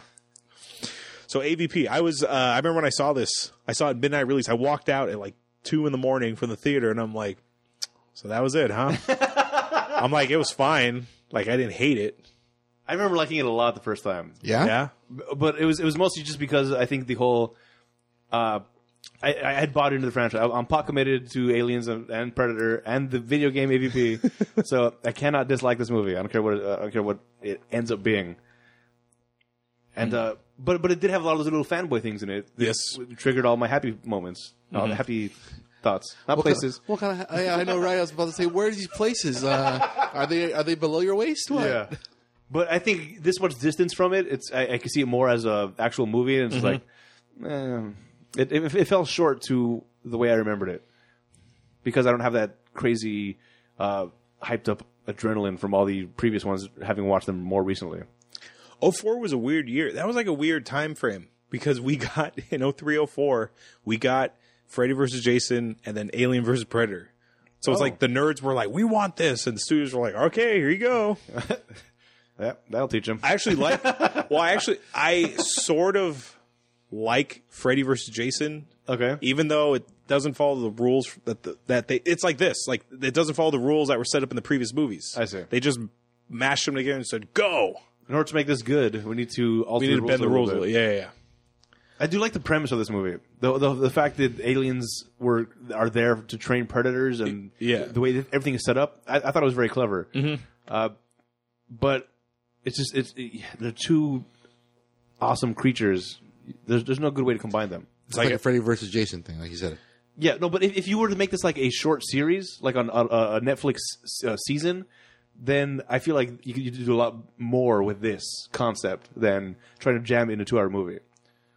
Speaker 1: So AVP. I was. Uh, I remember when I saw this. I saw it midnight release. I walked out at like two in the morning from the theater, and I'm like, so that was it, huh? I'm like, it was fine. Like I didn't hate it.
Speaker 2: I remember liking it a lot the first time,
Speaker 3: yeah?
Speaker 1: Yeah.
Speaker 2: but it was it was mostly just because I think the whole. Uh, I, I had bought into the franchise. I- I'm pot committed to Aliens and, and Predator and the video
Speaker 1: *laughs*
Speaker 2: game AVP, uh, so I cannot dislike this movie. I don't care what it, I don't care what it ends up being. And
Speaker 1: Hmm.
Speaker 2: uh, but but it did have a lot of those little fanboy things in it. that
Speaker 1: Yes.
Speaker 2: triggered all my happy moments, all
Speaker 1: Mm-hmm.
Speaker 2: the happy thoughts, not places.
Speaker 3: What kind of? I, I know, right? I was about to say, where are these places? Uh, are they are they below your waist? What?
Speaker 2: Yeah. *laughs* But I think this much distance from it, it's I, I can see it more as a actual movie, and it's
Speaker 1: Mm-hmm.
Speaker 2: like, eh, it, it it fell short to the way I remembered it, because I don't have that crazy, uh, hyped up adrenaline from all the previous ones, having watched them more recently.
Speaker 1: 04 was a weird year. That was like a weird time frame because we *laughs* got in 03 04, we got Freddy vs. Jason and then Alien vs. Predator. So it's like the nerds were like, "We want this," and the studios were like, "Okay, here you go."
Speaker 2: Yeah, that'll teach him.
Speaker 1: I actually *laughs* like. well, I actually I sort of like Freddy vs. Jason,
Speaker 2: okay.
Speaker 1: even though it doesn't follow the rules that the, that they. It's like this, like it doesn't follow the rules that were set up in the previous movies.
Speaker 2: I see.
Speaker 1: They just mashed them together and said, "Go."
Speaker 2: In order to make this good, we need to
Speaker 1: We
Speaker 2: alter the
Speaker 1: need to
Speaker 2: rules
Speaker 1: bend the
Speaker 2: a little
Speaker 1: rules a
Speaker 2: bit.
Speaker 1: little. Yeah, yeah, yeah.
Speaker 2: I do like the premise of this movie. The, the the fact that aliens were are there to train predators and
Speaker 1: Yeah.
Speaker 2: the way that everything is set up, I, I thought it was very clever. Uh, but it's just it's they're two awesome creatures. There's there's no good way to combine them.
Speaker 3: It's like, a Freddy versus Jason thing, like you said.
Speaker 2: Yeah, no, but if, if you were to make this like a short series, like on a, a Netflix uh, season, then I feel like you could you could do a lot more with this concept than trying to jam it in a two-hour movie.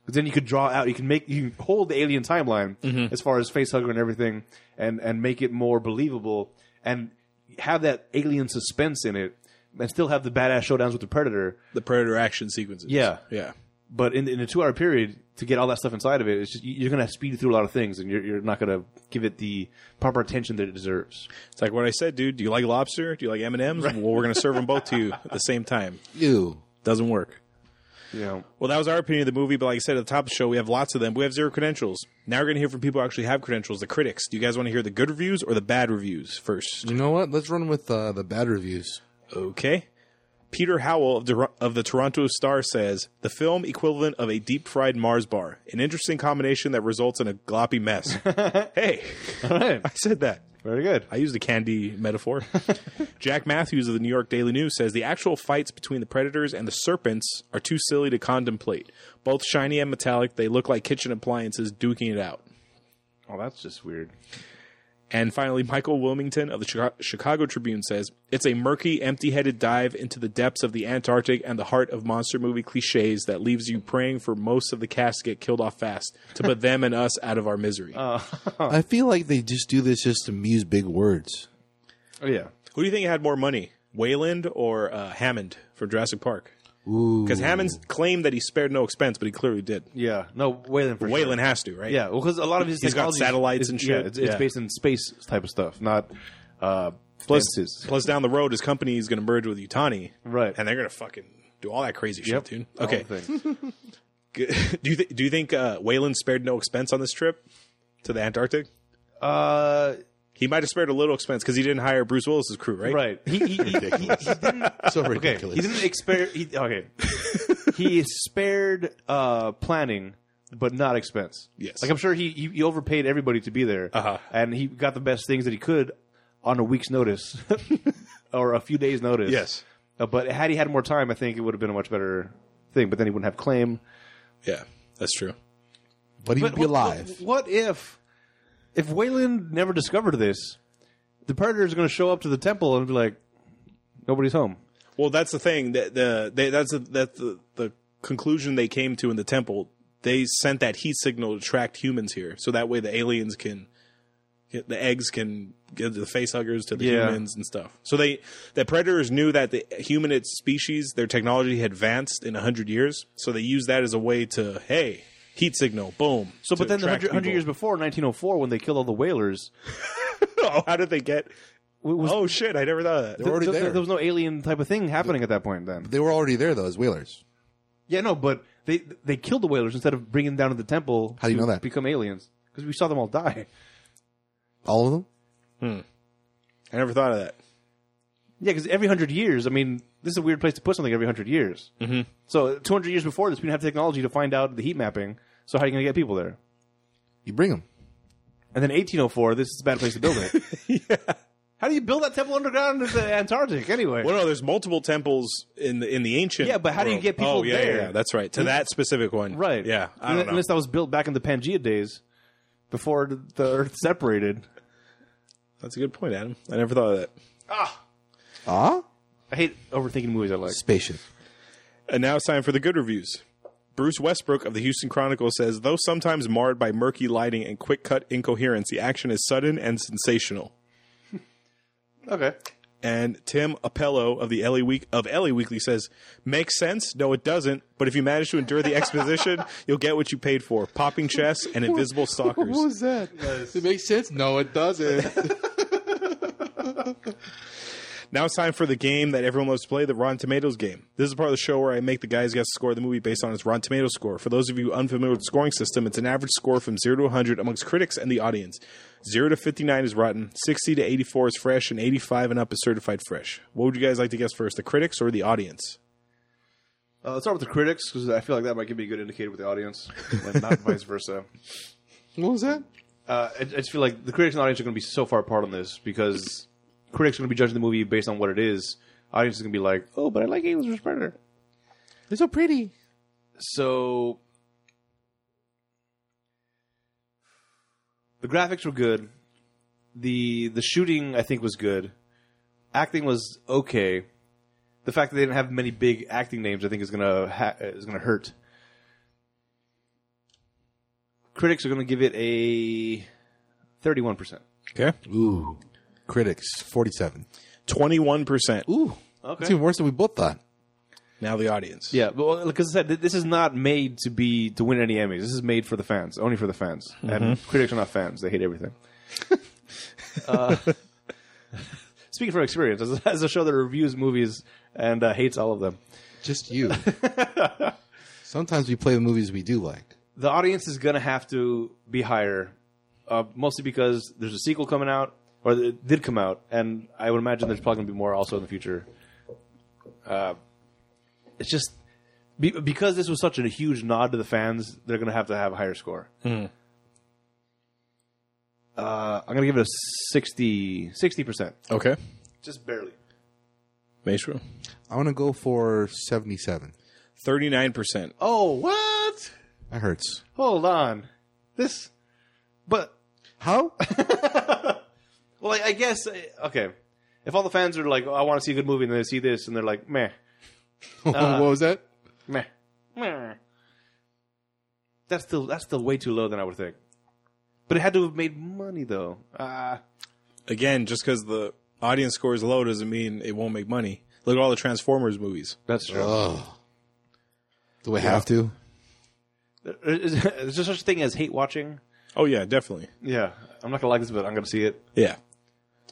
Speaker 2: Because then you could draw out, you can make, you can hold the alien timeline as far as facehugger and everything, and and make it more believable, and have that alien suspense in it, and still have the badass showdowns with the predator.
Speaker 1: The Predator action sequences.
Speaker 2: Yeah.
Speaker 1: yeah.
Speaker 2: But in, in a two hour period, to get all that stuff inside of it, it's just, you're going to speed through a lot of things and you're, you're not going to give it the proper attention that it deserves.
Speaker 1: It's like what I said, dude. Do you like lobster? Do you like M and M's? Well, we're gonna serve them both to you at the same time.
Speaker 3: You.
Speaker 1: Doesn't work.
Speaker 2: You know,
Speaker 1: Well, that was our opinion of the movie, but like I said at the top of the show, we have lots of them. We have zero credentials. Now we're gonna hear from people who actually have credentials, the critics. Do you guys want to hear the good reviews or the bad reviews first?
Speaker 3: You know what? Let's run with uh, the bad reviews.
Speaker 1: Okay. Peter Howell of, Tor- of the Toronto Star says the film equivalent of a deep fried Mars bar, an interesting combination that results in a gloppy mess. hey, *laughs*
Speaker 2: all right.
Speaker 1: I said that.
Speaker 2: *laughs* Very good.
Speaker 1: I used a candy metaphor. Jack Matthews of the New York Daily News says the actual fights between the predators and the serpents are too silly to contemplate. Both shiny and metallic, they look like kitchen appliances duking it out.
Speaker 2: Oh, that's just weird.
Speaker 1: And finally, Michael Wilmington of the Chica- Chicago Tribune says it's a murky, empty headed dive into the depths of the Antarctic and the heart of monster movie cliches that leaves you praying for most of the cast to get killed off fast to put them and us out of our misery.
Speaker 3: I feel like they just do this just to use big words.
Speaker 2: Oh, yeah.
Speaker 1: Who do you think had more money, Wayland or uh, Hammond from Jurassic Park? Because Hammond claimed that he spared no expense, but he clearly did.
Speaker 2: Yeah. No, Whalen for sure.
Speaker 1: Wayland has to, right?
Speaker 2: Yeah. Well, because a lot of his
Speaker 1: He's got
Speaker 2: technology
Speaker 1: satellites
Speaker 2: is-
Speaker 1: and
Speaker 2: yeah,
Speaker 1: shit.
Speaker 2: it's, it's
Speaker 1: Yeah.
Speaker 2: based in space type of stuff, not, uh,
Speaker 1: Plus,
Speaker 2: fences.
Speaker 1: plus down the road, his company is going to merge with Utani,
Speaker 2: Right.
Speaker 1: And they're going to fucking do all that crazy
Speaker 2: Yep.
Speaker 1: shit, dude.
Speaker 2: All
Speaker 1: Okay.
Speaker 2: the *laughs* things.
Speaker 1: *laughs* do you th- do you think uh, Wayland spared no expense on this trip to the Antarctic?
Speaker 2: uh,
Speaker 1: He might have spared a little expense because he didn't hire Bruce Willis's crew, right?
Speaker 2: right. He, he, he, he, he didn't
Speaker 3: So
Speaker 2: Okay,
Speaker 3: ridiculous.
Speaker 2: he didn't spare. He, okay, he spared uh, planning, but not expense.
Speaker 1: Yes.
Speaker 2: like I'm sure he he, he overpaid everybody to be there,
Speaker 1: Uh-huh.
Speaker 2: and he got the best things that he could on a week's notice *laughs* or a few days' notice.
Speaker 1: Yes.
Speaker 2: Uh, but had he had more time, I think it would have been a much better thing. But then he wouldn't have claim.
Speaker 1: Yeah, that's true.
Speaker 3: but he would be
Speaker 2: what-
Speaker 3: alive.
Speaker 2: What, if if Wayland never discovered this? The predator is going to show up to the temple and be like, "Nobody's home."
Speaker 1: Well, that's the thing that the they, that's the, that's the, the conclusion they came to in the temple. They sent that heat signal to attract humans here, so that way the aliens can, the eggs can give the face huggers to the
Speaker 2: Yeah.
Speaker 1: humans and stuff. So they the predators knew that the human its species, their technology had advanced in hundred years, so they used that as a way to hey heat signal boom.
Speaker 2: So, but
Speaker 1: to
Speaker 2: then the
Speaker 1: attract
Speaker 2: 100, 100 years
Speaker 1: people.
Speaker 2: before, 1904, when they killed all the whalers,
Speaker 1: oh, *laughs* how did they get?
Speaker 2: w- was,
Speaker 1: Oh shit! I never thought of that.
Speaker 3: were already
Speaker 2: th- th-
Speaker 3: there.
Speaker 2: was no alien type of thing happening at that point then.
Speaker 3: They were already there though as whalers.
Speaker 2: Yeah, no, but they they killed the whalers instead of bringing them down to the temple.
Speaker 3: How do you
Speaker 2: to
Speaker 3: know that?
Speaker 2: Become aliens. Because we saw them all die. *laughs*
Speaker 3: All of them.
Speaker 1: I never thought of *laughs* that.
Speaker 2: Yeah, because every 100 years, I mean, this is a weird place to put something every 100 years. Mm-hmm. So 200 years before this, we didn't have technology to find out the heat mapping. So how are you going to get people there?
Speaker 3: You bring them.
Speaker 2: oh *laughs* And then 1804, this is a bad place to build it. How do you build that temple underground in the Antarctic anyway?
Speaker 1: Well, no, there's multiple temples in the in the ancient.
Speaker 2: Yeah, but how do you
Speaker 1: world.
Speaker 2: get people
Speaker 1: oh, yeah, yeah,
Speaker 2: there?
Speaker 1: yeah, that's right. To that specific one,
Speaker 2: right.
Speaker 1: Yeah, I don't
Speaker 2: Unless-
Speaker 1: know.
Speaker 2: Unless that was built back in the Pangea days before the Earth separated.
Speaker 1: That's a good point, Adam. I never thought of that.
Speaker 3: Ah,
Speaker 2: I hate overthinking movies I like.
Speaker 3: spaceship.
Speaker 1: And now it's time for the good reviews. Bruce Westbrook of the Houston Chronicle says, though sometimes marred by murky lighting and quick cut incoherence, the action is sudden and sensational.
Speaker 2: Okay.
Speaker 1: And Tim Appello of the LA Week of LA Weekly says, makes sense. No, it doesn't. But if you manage to endure the
Speaker 2: *laughs*
Speaker 1: exposition, you'll get what you paid for: popping chests and invisible stalkers.
Speaker 2: that?
Speaker 3: It makes sense. No, it doesn't.
Speaker 1: Now it's time for the game that everyone loves to play, the Rotten Tomatoes game. This is part of the show where I make the guys guess the score of the movie based on its Rotten Tomatoes score. For those of you unfamiliar with the scoring system, it's an average score from 0 to 100 amongst critics and the audience. 0 to 59 is rotten, 60 to 84 is fresh, and 85 and up is certified fresh. What would you guys like to guess first, the critics or the audience?
Speaker 2: Uh, let's start with the critics because I feel like that might give me a good indicator with the audience, and *laughs* not vice versa.
Speaker 3: *laughs* what was that?
Speaker 2: Uh, I, I just feel like the critics and audience are going to be so far apart on this because critics are going to be judging the movie based on what it is. Audience is going to be like, "Oh, but I like Aliens vs Predator."
Speaker 3: They're so pretty.
Speaker 2: So the graphics were good. The the shooting I think was good. Acting was okay. The fact that they didn't have many big acting names I think is gonna ha- is gonna hurt. Critics are gonna give it a thirty one percent.
Speaker 1: Okay.
Speaker 3: Ooh, critics forty-seven.
Speaker 1: 21%.
Speaker 3: Ooh, that's even worse than we both thought.
Speaker 1: Now the audience.
Speaker 2: Yeah, but because I said th- this is not made to be to win any Emmys. This is made for the fans, only for the fans. And critics are not fans; they hate everything. Uh, *laughs* speaking from experience, as, as a show that reviews movies and uh, hates all of them,
Speaker 3: Just you. *laughs* Sometimes we play the movies we do like.
Speaker 2: the audience is going to have to be higher, uh, mostly because there's a sequel coming out, or it did come out, and I would imagine there's probably going to be more also in the future. Uh, it's just be, because this was such a huge nod to the fans, they're going to have to have a higher score. Uh, I'm going to give it a 60 percent,
Speaker 1: Okay.
Speaker 2: just barely.
Speaker 1: Maestro.
Speaker 3: I want to go for seventy-seven.
Speaker 1: 39%.
Speaker 2: Oh, what?
Speaker 3: That hurts.
Speaker 2: Hold on, this, but
Speaker 3: How?
Speaker 2: Well, I, I guess uh, okay. If all the fans are like, oh, "I want to see a good movie," and they see this, and they're like, "Meh,
Speaker 3: *laughs* what was that?
Speaker 2: meh, meh," that's still that's still way too low than I would think. But it had to have made money though. Uh,
Speaker 1: Again, just because the audience score is low doesn't mean it won't make money. Look at all the Transformers movies.
Speaker 2: that's true.
Speaker 3: Oh, do we have to?
Speaker 2: Uh, is, is there such a thing as hate watching?
Speaker 1: Oh, yeah, definitely.
Speaker 2: Yeah, I'm not gonna like this, but I'm gonna see it.
Speaker 1: Yeah.
Speaker 2: I'll-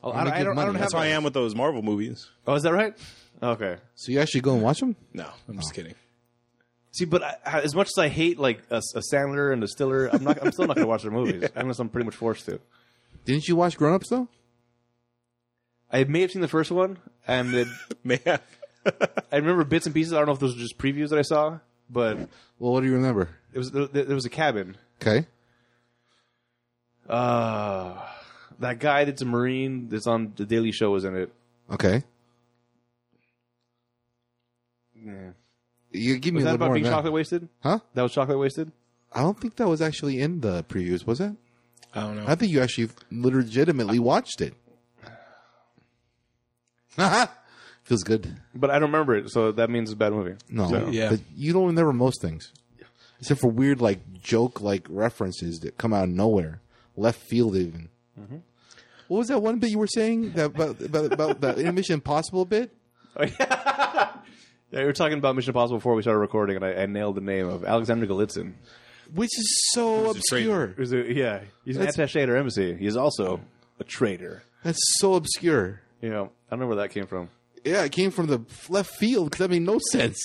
Speaker 2: Oh, I, don't- I
Speaker 3: give
Speaker 2: don't, I
Speaker 3: money,
Speaker 2: don't have.
Speaker 1: That's how I am with those Marvel movies.
Speaker 2: Oh, is that right? Okay.
Speaker 3: So you actually go and watch them?
Speaker 1: No, I'm just kidding. *laughs*
Speaker 2: See, but I, I- as much as I hate like a, a Sandler and a Stiller, I'm not. I'm still not gonna watch their *laughs* movies unless I'm pretty much forced to.
Speaker 3: Didn't you watch Grown Ups though?
Speaker 2: I may have seen the first one, and it,
Speaker 1: Man,
Speaker 2: I remember bits and pieces. I don't know if those were just previews that I saw, but
Speaker 3: Well, what do you remember?
Speaker 2: it was there, there was a cabin.
Speaker 3: Okay.
Speaker 2: Uh, that guy that's a marine that's on the Daily Show was in it.
Speaker 3: Okay.
Speaker 2: Yeah.
Speaker 3: You give me
Speaker 2: Was
Speaker 3: a
Speaker 2: that
Speaker 3: little
Speaker 2: about
Speaker 3: more
Speaker 2: being
Speaker 3: than that.
Speaker 2: chocolate wasted?
Speaker 3: Huh?
Speaker 2: That was chocolate wasted.
Speaker 3: I don't think that was actually in the previews, was it?
Speaker 1: I don't know.
Speaker 3: I think you actually legitimately watched it. *laughs* Feels good.
Speaker 2: But I don't remember it, so that means it's a bad movie.
Speaker 3: No.
Speaker 1: Yeah.
Speaker 3: But you don't remember most things. Except for weird like joke like references that come out of nowhere. Left field even.
Speaker 2: Mm-hmm.
Speaker 3: What was that one bit you were saying that about about, about that intermission impossible bit?
Speaker 2: Yeah, we were talking about Mission Impossible before we started recording, and I, I nailed the name of Alexander Galitzin.
Speaker 3: Which is so
Speaker 1: a trailer.
Speaker 3: obscure.
Speaker 2: Who's a, yeah, he's an attaché at our embassy. He's also a traitor.
Speaker 3: That's so obscure.
Speaker 2: You know, I don't know where that came from.
Speaker 3: Yeah, it came from the left field because that made no sense.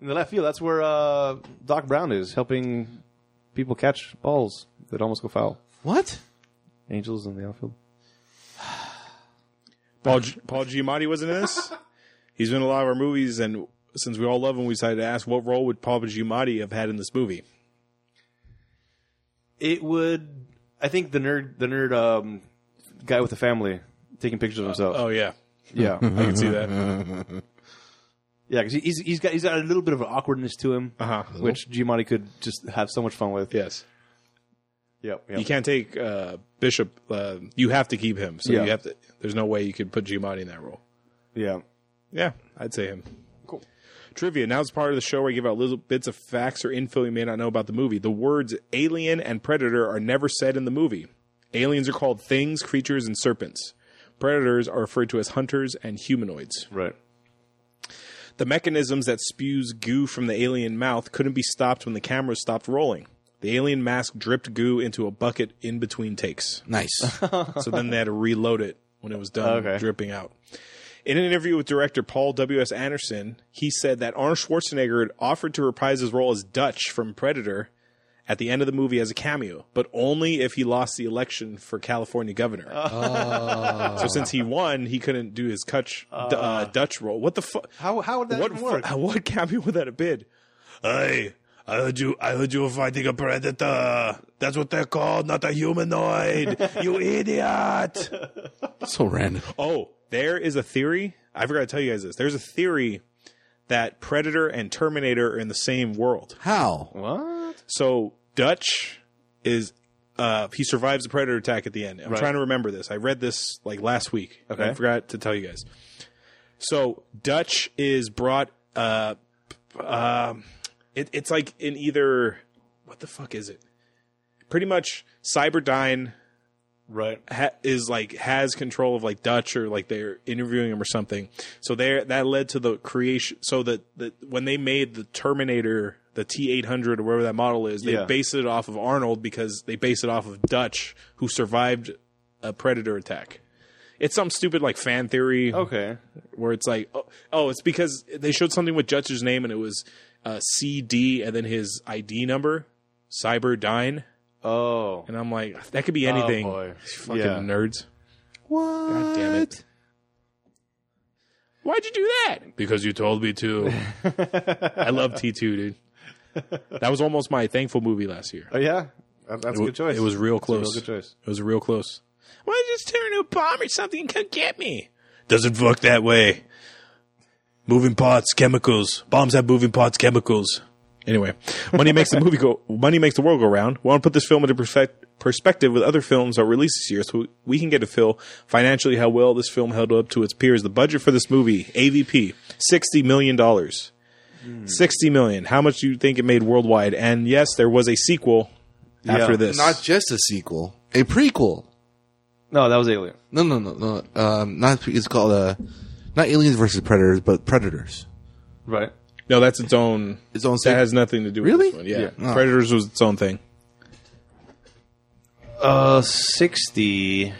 Speaker 2: In the left field, that's where uh, Doc Brown is helping people catch balls that almost go foul.
Speaker 3: What?
Speaker 2: Angels in the outfield.
Speaker 1: Paul, G- Paul Giamatti wasn't in *laughs* this. He's been in a lot of our movies, and since we all love him, we decided to ask what role would Paul Giamatti have had in this movie?
Speaker 2: It would. I think the nerd, the nerd um, guy with the family taking pictures of himself.
Speaker 1: Oh yeah,
Speaker 2: yeah,
Speaker 1: I can see that.
Speaker 2: yeah, because he's he's got he's got a little bit of an awkwardness to him,
Speaker 1: Uh huh.
Speaker 2: which Giamatti could just have so much fun with.
Speaker 1: Yes,
Speaker 2: yep, yep.
Speaker 1: you can't take uh, Bishop. Uh, you have to keep him. So
Speaker 2: Yeah.
Speaker 1: you have to. There's no way you could put Giamatti in that role.
Speaker 2: yeah.
Speaker 1: Yeah, I'd say him. Cool. Trivia. Now it's part of the show where I give out little bits of facts or info you may not know about the movie. The words alien and predator are never said in the movie. Aliens are called things, creatures, and serpents. Predators are referred to as hunters and humanoids.
Speaker 2: Right.
Speaker 1: The mechanisms that spews goo from the alien mouth couldn't be stopped when the cameras stopped rolling. The alien mask dripped goo into a bucket in between takes.
Speaker 3: Nice.
Speaker 1: *laughs* so then they had to reload it when it was done
Speaker 2: Okay.
Speaker 1: dripping out. In an interview with director Paul W.S. Anderson, he said that Arnold Schwarzenegger had offered to reprise his role as Dutch from Predator at the end of the movie as a cameo, but only if he lost the election for California governor. So since he won, he couldn't do his Kutch, d- uh, Dutch role. What the fuck?
Speaker 2: How how would that
Speaker 1: What
Speaker 2: even
Speaker 1: fu- *laughs*
Speaker 2: work?
Speaker 1: what cameo would that have been? Hey, I heard you. I heard you were fighting a predator. That's what they're called, not a *laughs* humanoid. you idiot!
Speaker 3: so random.
Speaker 1: Oh, there is a theory. I forgot to tell you guys this. There's a theory that Predator and Terminator are in the same world.
Speaker 3: How?
Speaker 2: what?
Speaker 1: So Dutch is uh he survives the Predator attack at the end. I'm trying to remember this. I read this like last week. and I
Speaker 2: Okay.
Speaker 1: forgot to tell you guys. So Dutch is brought uh p- um it, it's like in either what the fuck is it? Pretty much Cyberdyne
Speaker 2: Right.
Speaker 1: ha- is like has control of like Dutch or like they're interviewing him or something. So there that led to the creation. So that that when they made the Terminator, the T eight hundred or whatever that model is, they
Speaker 2: Yeah.
Speaker 1: based it off of Arnold because they based it off of Dutch who survived a predator attack. It's some stupid like fan theory
Speaker 2: Okay.
Speaker 1: where it's like, oh, oh, it's because they showed something with Dutch's name and it was uh, CD and then his ID number, Cyberdyne,
Speaker 2: Oh.
Speaker 1: and I'm like, that could be anything.
Speaker 2: Oh, boy.
Speaker 1: Fucking
Speaker 2: Yeah.
Speaker 1: nerds.
Speaker 2: What?
Speaker 1: God damn it. Why'd you do that? Because you told me
Speaker 2: *laughs*
Speaker 1: to. I love T2, dude. That was almost my thankful movie last year.
Speaker 2: Oh yeah. That- That's a good choice.
Speaker 1: It was real
Speaker 2: That's a
Speaker 1: close.
Speaker 2: real good choice.
Speaker 1: It was real close. Why don't you just tear into a bomb or something and come get me? Doesn't work that way. Moving parts, chemicals. Bombs have moving parts, chemicals. Anyway, money makes the movie go. Money makes the world go round. We want to put this film into perfec- perspective with other films that were released this year, so we can get a feel financially how well this film held up to its peers. The budget for this movie, AVP, sixty million dollars. Sixty million. How much do you think it made worldwide? And yes, there was a sequel after
Speaker 2: Yeah.
Speaker 1: this.
Speaker 3: Not just a sequel, a prequel.
Speaker 2: No, that was Alien.
Speaker 3: No, no, no, no. Um, not pre- it's called uh, not aliens versus predators, but predators.
Speaker 2: Right.
Speaker 1: No, that's its own.
Speaker 3: Its own
Speaker 1: That
Speaker 3: thing.
Speaker 1: has nothing to do with
Speaker 3: Really?
Speaker 1: this one. Yeah.
Speaker 2: Yeah.
Speaker 3: Oh.
Speaker 1: Predators was its own thing.
Speaker 2: Uh, sixty.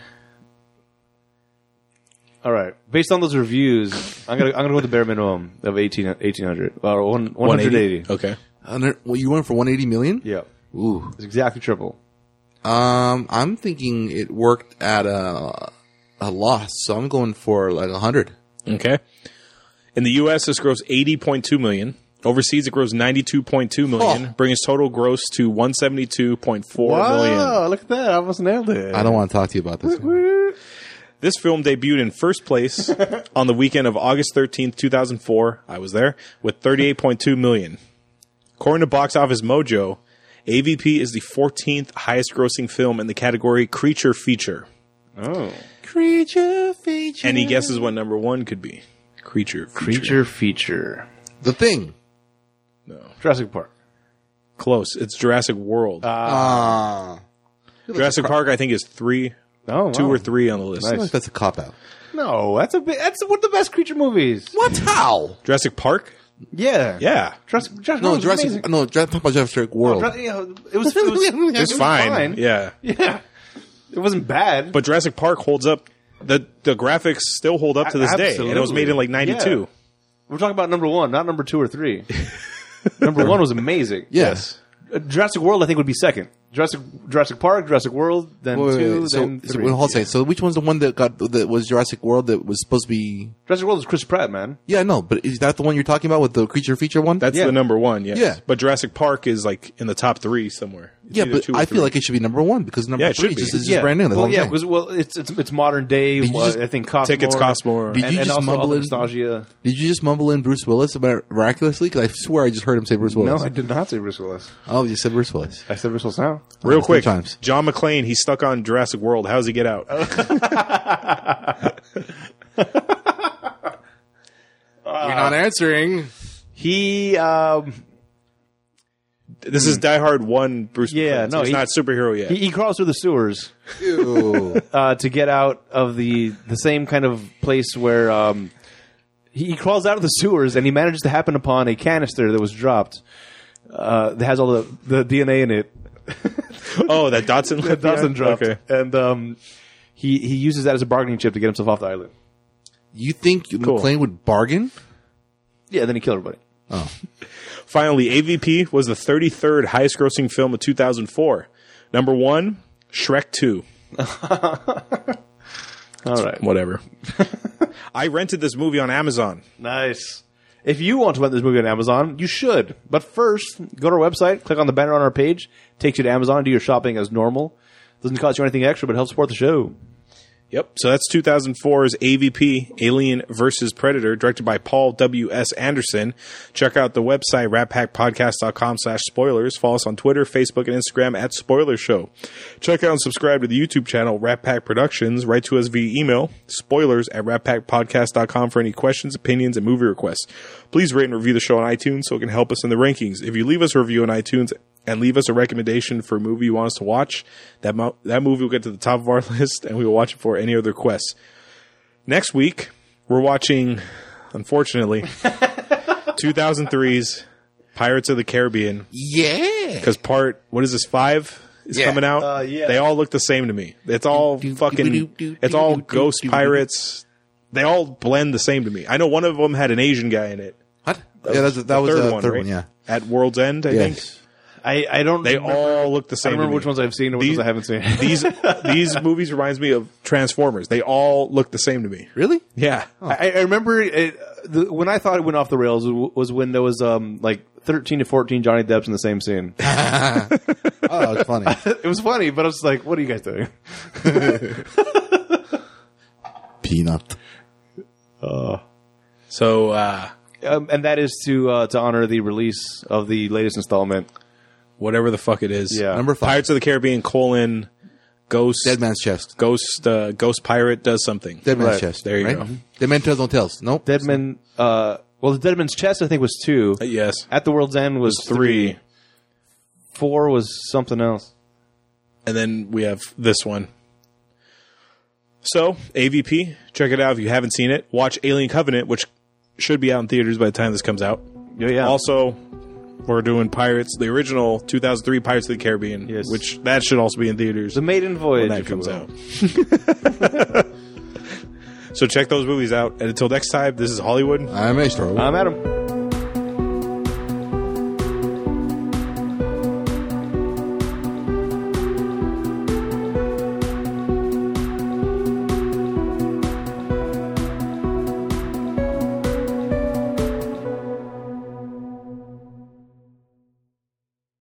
Speaker 2: All right. Based on those reviews, I'm gonna I'm gonna go with the bare minimum of 18, 1800 or one, 180.
Speaker 1: Okay.
Speaker 3: Under, well, you went for 180 million.
Speaker 2: Yeah,
Speaker 3: Ooh.
Speaker 2: it's exactly triple.
Speaker 3: Um, I'm thinking it worked at a a loss, so I'm going for like 100.
Speaker 1: Okay. In the U.S., this grossed 80.2 million. Overseas, it grossed 92.2 million,
Speaker 3: Oh.
Speaker 1: bringing its total gross to 172.4 million.
Speaker 2: look at that! I almost nailed it.
Speaker 3: I don't want to talk to you about this. one.
Speaker 1: This film debuted in first place on the weekend of August 13th, 2004. I was there with 38.2 million. According to Box Office Mojo, AVP is the 14th highest grossing film in the category creature feature.
Speaker 2: oh,
Speaker 3: Creature feature.
Speaker 1: Any guesses what number one could be? Creature. Feature.
Speaker 2: creature feature
Speaker 3: The thing.
Speaker 1: No.
Speaker 2: Jurassic Park.
Speaker 1: Close. It's Jurassic World.
Speaker 3: Ah.
Speaker 1: Jurassic Park, I think, is three,
Speaker 2: Oh,
Speaker 1: two or three on the list.
Speaker 3: I feel like that's a cop out.
Speaker 2: No, that's a bit, that's one of the best creature movies.
Speaker 3: What? How?
Speaker 1: Jurassic Park?
Speaker 2: Yeah,
Speaker 1: Yeah.
Speaker 2: Jurassic, Jurassic
Speaker 3: No,
Speaker 2: World was
Speaker 3: Jurassic.
Speaker 2: amazing. Oh,
Speaker 3: No, Jurassic, talk about Jurassic World.
Speaker 2: Jura- yeah, it was. It was, it was *laughs*
Speaker 1: It's fine.
Speaker 2: fine.
Speaker 1: Yeah.
Speaker 2: Yeah, *laughs* it wasn't bad.
Speaker 1: But Jurassic Park holds up. The, the graphics still hold up to this day. And it was made in like 92.
Speaker 2: Yeah. We're talking about number one, not number two or three.
Speaker 3: *laughs*
Speaker 2: number one was amazing.
Speaker 3: yes.
Speaker 2: Uh, Jurassic World, I think, would be second. Jurassic Jurassic Park, Jurassic World, then
Speaker 3: Wait, wait,
Speaker 2: two,
Speaker 3: wait. So,
Speaker 2: then
Speaker 3: so
Speaker 2: three.
Speaker 3: wait, hold on a second. So which one's the one that got that was Jurassic World that was supposed to be?
Speaker 2: Jurassic World is Chris Pratt, man.
Speaker 3: Yeah, no, but is that the one you're talking about with the creature feature one?
Speaker 1: That's
Speaker 2: Yeah.
Speaker 1: the number one, yes.
Speaker 3: Yeah.
Speaker 1: But Jurassic Park is like in the top three somewhere. It's
Speaker 3: Yeah,
Speaker 1: either
Speaker 3: but
Speaker 1: two or
Speaker 3: I feel
Speaker 1: three.
Speaker 3: like it should be number one because number
Speaker 1: Yeah, it
Speaker 3: three
Speaker 1: should
Speaker 3: is just,
Speaker 1: be.
Speaker 3: is just brand new. The
Speaker 2: well,
Speaker 3: whole
Speaker 2: yeah,
Speaker 3: thing.
Speaker 2: because well, it's it's it's modern day.
Speaker 3: Did you
Speaker 2: Well,
Speaker 3: just-
Speaker 2: I think costs
Speaker 1: tickets
Speaker 2: more,
Speaker 1: cost more.
Speaker 3: Did
Speaker 2: and,
Speaker 3: you
Speaker 2: and
Speaker 3: just
Speaker 2: also all
Speaker 3: mumble
Speaker 2: the
Speaker 3: in-
Speaker 2: nostalgia.
Speaker 3: Did you just mumble in Bruce Willis about miraculously? Because I swear I just heard him say Bruce Willis.
Speaker 2: did not say Bruce Willis.
Speaker 3: oh, you said Bruce Willis.
Speaker 2: I said Bruce Willis now.
Speaker 1: Real quick,
Speaker 3: times.
Speaker 1: John McClane, he's stuck on Jurassic World. How does he get out?
Speaker 2: Uh,
Speaker 3: You're not answering.
Speaker 2: He, um,
Speaker 1: this is Die Hard One. Bruce.
Speaker 2: mm. Yeah,
Speaker 1: McClane.
Speaker 2: no,
Speaker 1: he's
Speaker 2: he-
Speaker 1: not a superhero yet.
Speaker 2: he he crawls through the sewers
Speaker 3: Ew.
Speaker 2: uh, to get out of the the same kind of place where um, he, he crawls out of the sewers and he manages to happen upon a canister that was dropped uh, that has all the, the DNA in it
Speaker 1: oh, that
Speaker 2: *laughs*
Speaker 1: Dotson.
Speaker 2: that Dawson dropped,
Speaker 1: Okay.
Speaker 2: and um, he he uses that as a bargaining chip to get himself off the island.
Speaker 3: you think McLean would bargain?
Speaker 2: Yeah, then he killed everybody.
Speaker 1: Finally, AVP was the 33rd highest-grossing film of 2004. Number one, Shrek Two.
Speaker 2: All right,
Speaker 1: Whatever. I rented this movie on Amazon.
Speaker 2: nice. If you want to rent this movie on Amazon, you should. But first, go to our website, click on the banner on our page, takes you to Amazon, do your shopping as normal. Doesn't cost you anything extra, but helps support the show.
Speaker 1: Yep. So that's 2004's AVP, Alien versus Predator, directed by Paul W.S. Anderson. Check out the website, ratpackpodcast.com slash spoilers. Follow us on Twitter, Facebook, and Instagram at Spoiler Show. Check out and subscribe to the YouTube channel, Rat Pack Productions. Write to us via email, spoilers at ratpackpodcast.com for any questions, opinions, and movie requests. Please rate and review the show on iTunes so it can help us in the rankings. If you leave us a review on iTunes and leave us a recommendation for a movie you want us to watch. That mo- that movie will get to the top of our *laughs* list, and we will watch it for any other requests. Next week, we're watching, unfortunately,
Speaker 3: *laughs*
Speaker 1: 2003's Pirates of the Caribbean
Speaker 3: Yeah.
Speaker 1: because part what is this five is
Speaker 3: Yeah.
Speaker 1: coming out.
Speaker 2: Uh, yeah.
Speaker 1: They all look the same to me. It's all
Speaker 3: Do, do, do,
Speaker 1: fucking.
Speaker 3: do,
Speaker 1: It's
Speaker 3: do,
Speaker 1: all
Speaker 3: do, do,
Speaker 1: ghost
Speaker 3: do, do.
Speaker 1: pirates. They all blend the same to me. I know one of them had an Asian guy in it.
Speaker 3: What? yeah, that's, that was the third, one,
Speaker 1: right?
Speaker 3: Yeah.
Speaker 1: At World's End, I think
Speaker 3: Yes.
Speaker 2: I, I don't.
Speaker 1: they
Speaker 2: remember,
Speaker 1: all look the
Speaker 2: I
Speaker 1: same. to
Speaker 2: don't remember
Speaker 1: me.
Speaker 2: which ones I've seen and which
Speaker 1: These-
Speaker 2: ones I haven't seen.
Speaker 1: *laughs* these these movies reminds me of Transformers. They all look the same to me.
Speaker 3: Really?
Speaker 1: Yeah,
Speaker 2: *laughs* I, I remember it, the, when I thought it went off the rails w- was when there was um like thirteen to fourteen Johnny Depp's in the same scene. *laughs*
Speaker 3: Oh, it's funny.
Speaker 2: it was funny, but I was like, "What are you guys doing?"
Speaker 3: Peanut.
Speaker 1: So uh,
Speaker 2: Um, and that is to uh, to honor the release of the latest installment.
Speaker 1: whatever the fuck it is.
Speaker 2: Yeah.
Speaker 3: Number five.
Speaker 1: Pirates of the Caribbean colon ghost
Speaker 3: Dead man's chest.
Speaker 1: ghost uh, ghost pirate does something.
Speaker 3: Dead man's
Speaker 2: Right.
Speaker 3: chest.
Speaker 1: There you
Speaker 3: right?
Speaker 1: go.
Speaker 3: Dead man tells no tales. Nope.
Speaker 2: Deadman. Uh, well, the Deadman's chest I think was two.
Speaker 1: Uh, yes,
Speaker 2: At the World's End was three.
Speaker 1: three,
Speaker 2: Four was something else.
Speaker 1: and then we have this one. So AVP, check it out if you haven't seen it. Watch Alien Covenant, which should be out in theaters by the time this comes out.
Speaker 2: Yeah, yeah.
Speaker 1: Also, we're doing Pirates, the original 2003 Pirates of the Caribbean,
Speaker 2: Yes.
Speaker 1: which that should also be in theaters.
Speaker 2: the maiden voyage
Speaker 1: when that
Speaker 2: if you
Speaker 1: comes
Speaker 2: will.
Speaker 1: out. *laughs* so check those movies out. And until next time, this is Hollywood.
Speaker 3: I'm a star.
Speaker 2: I'm Adam.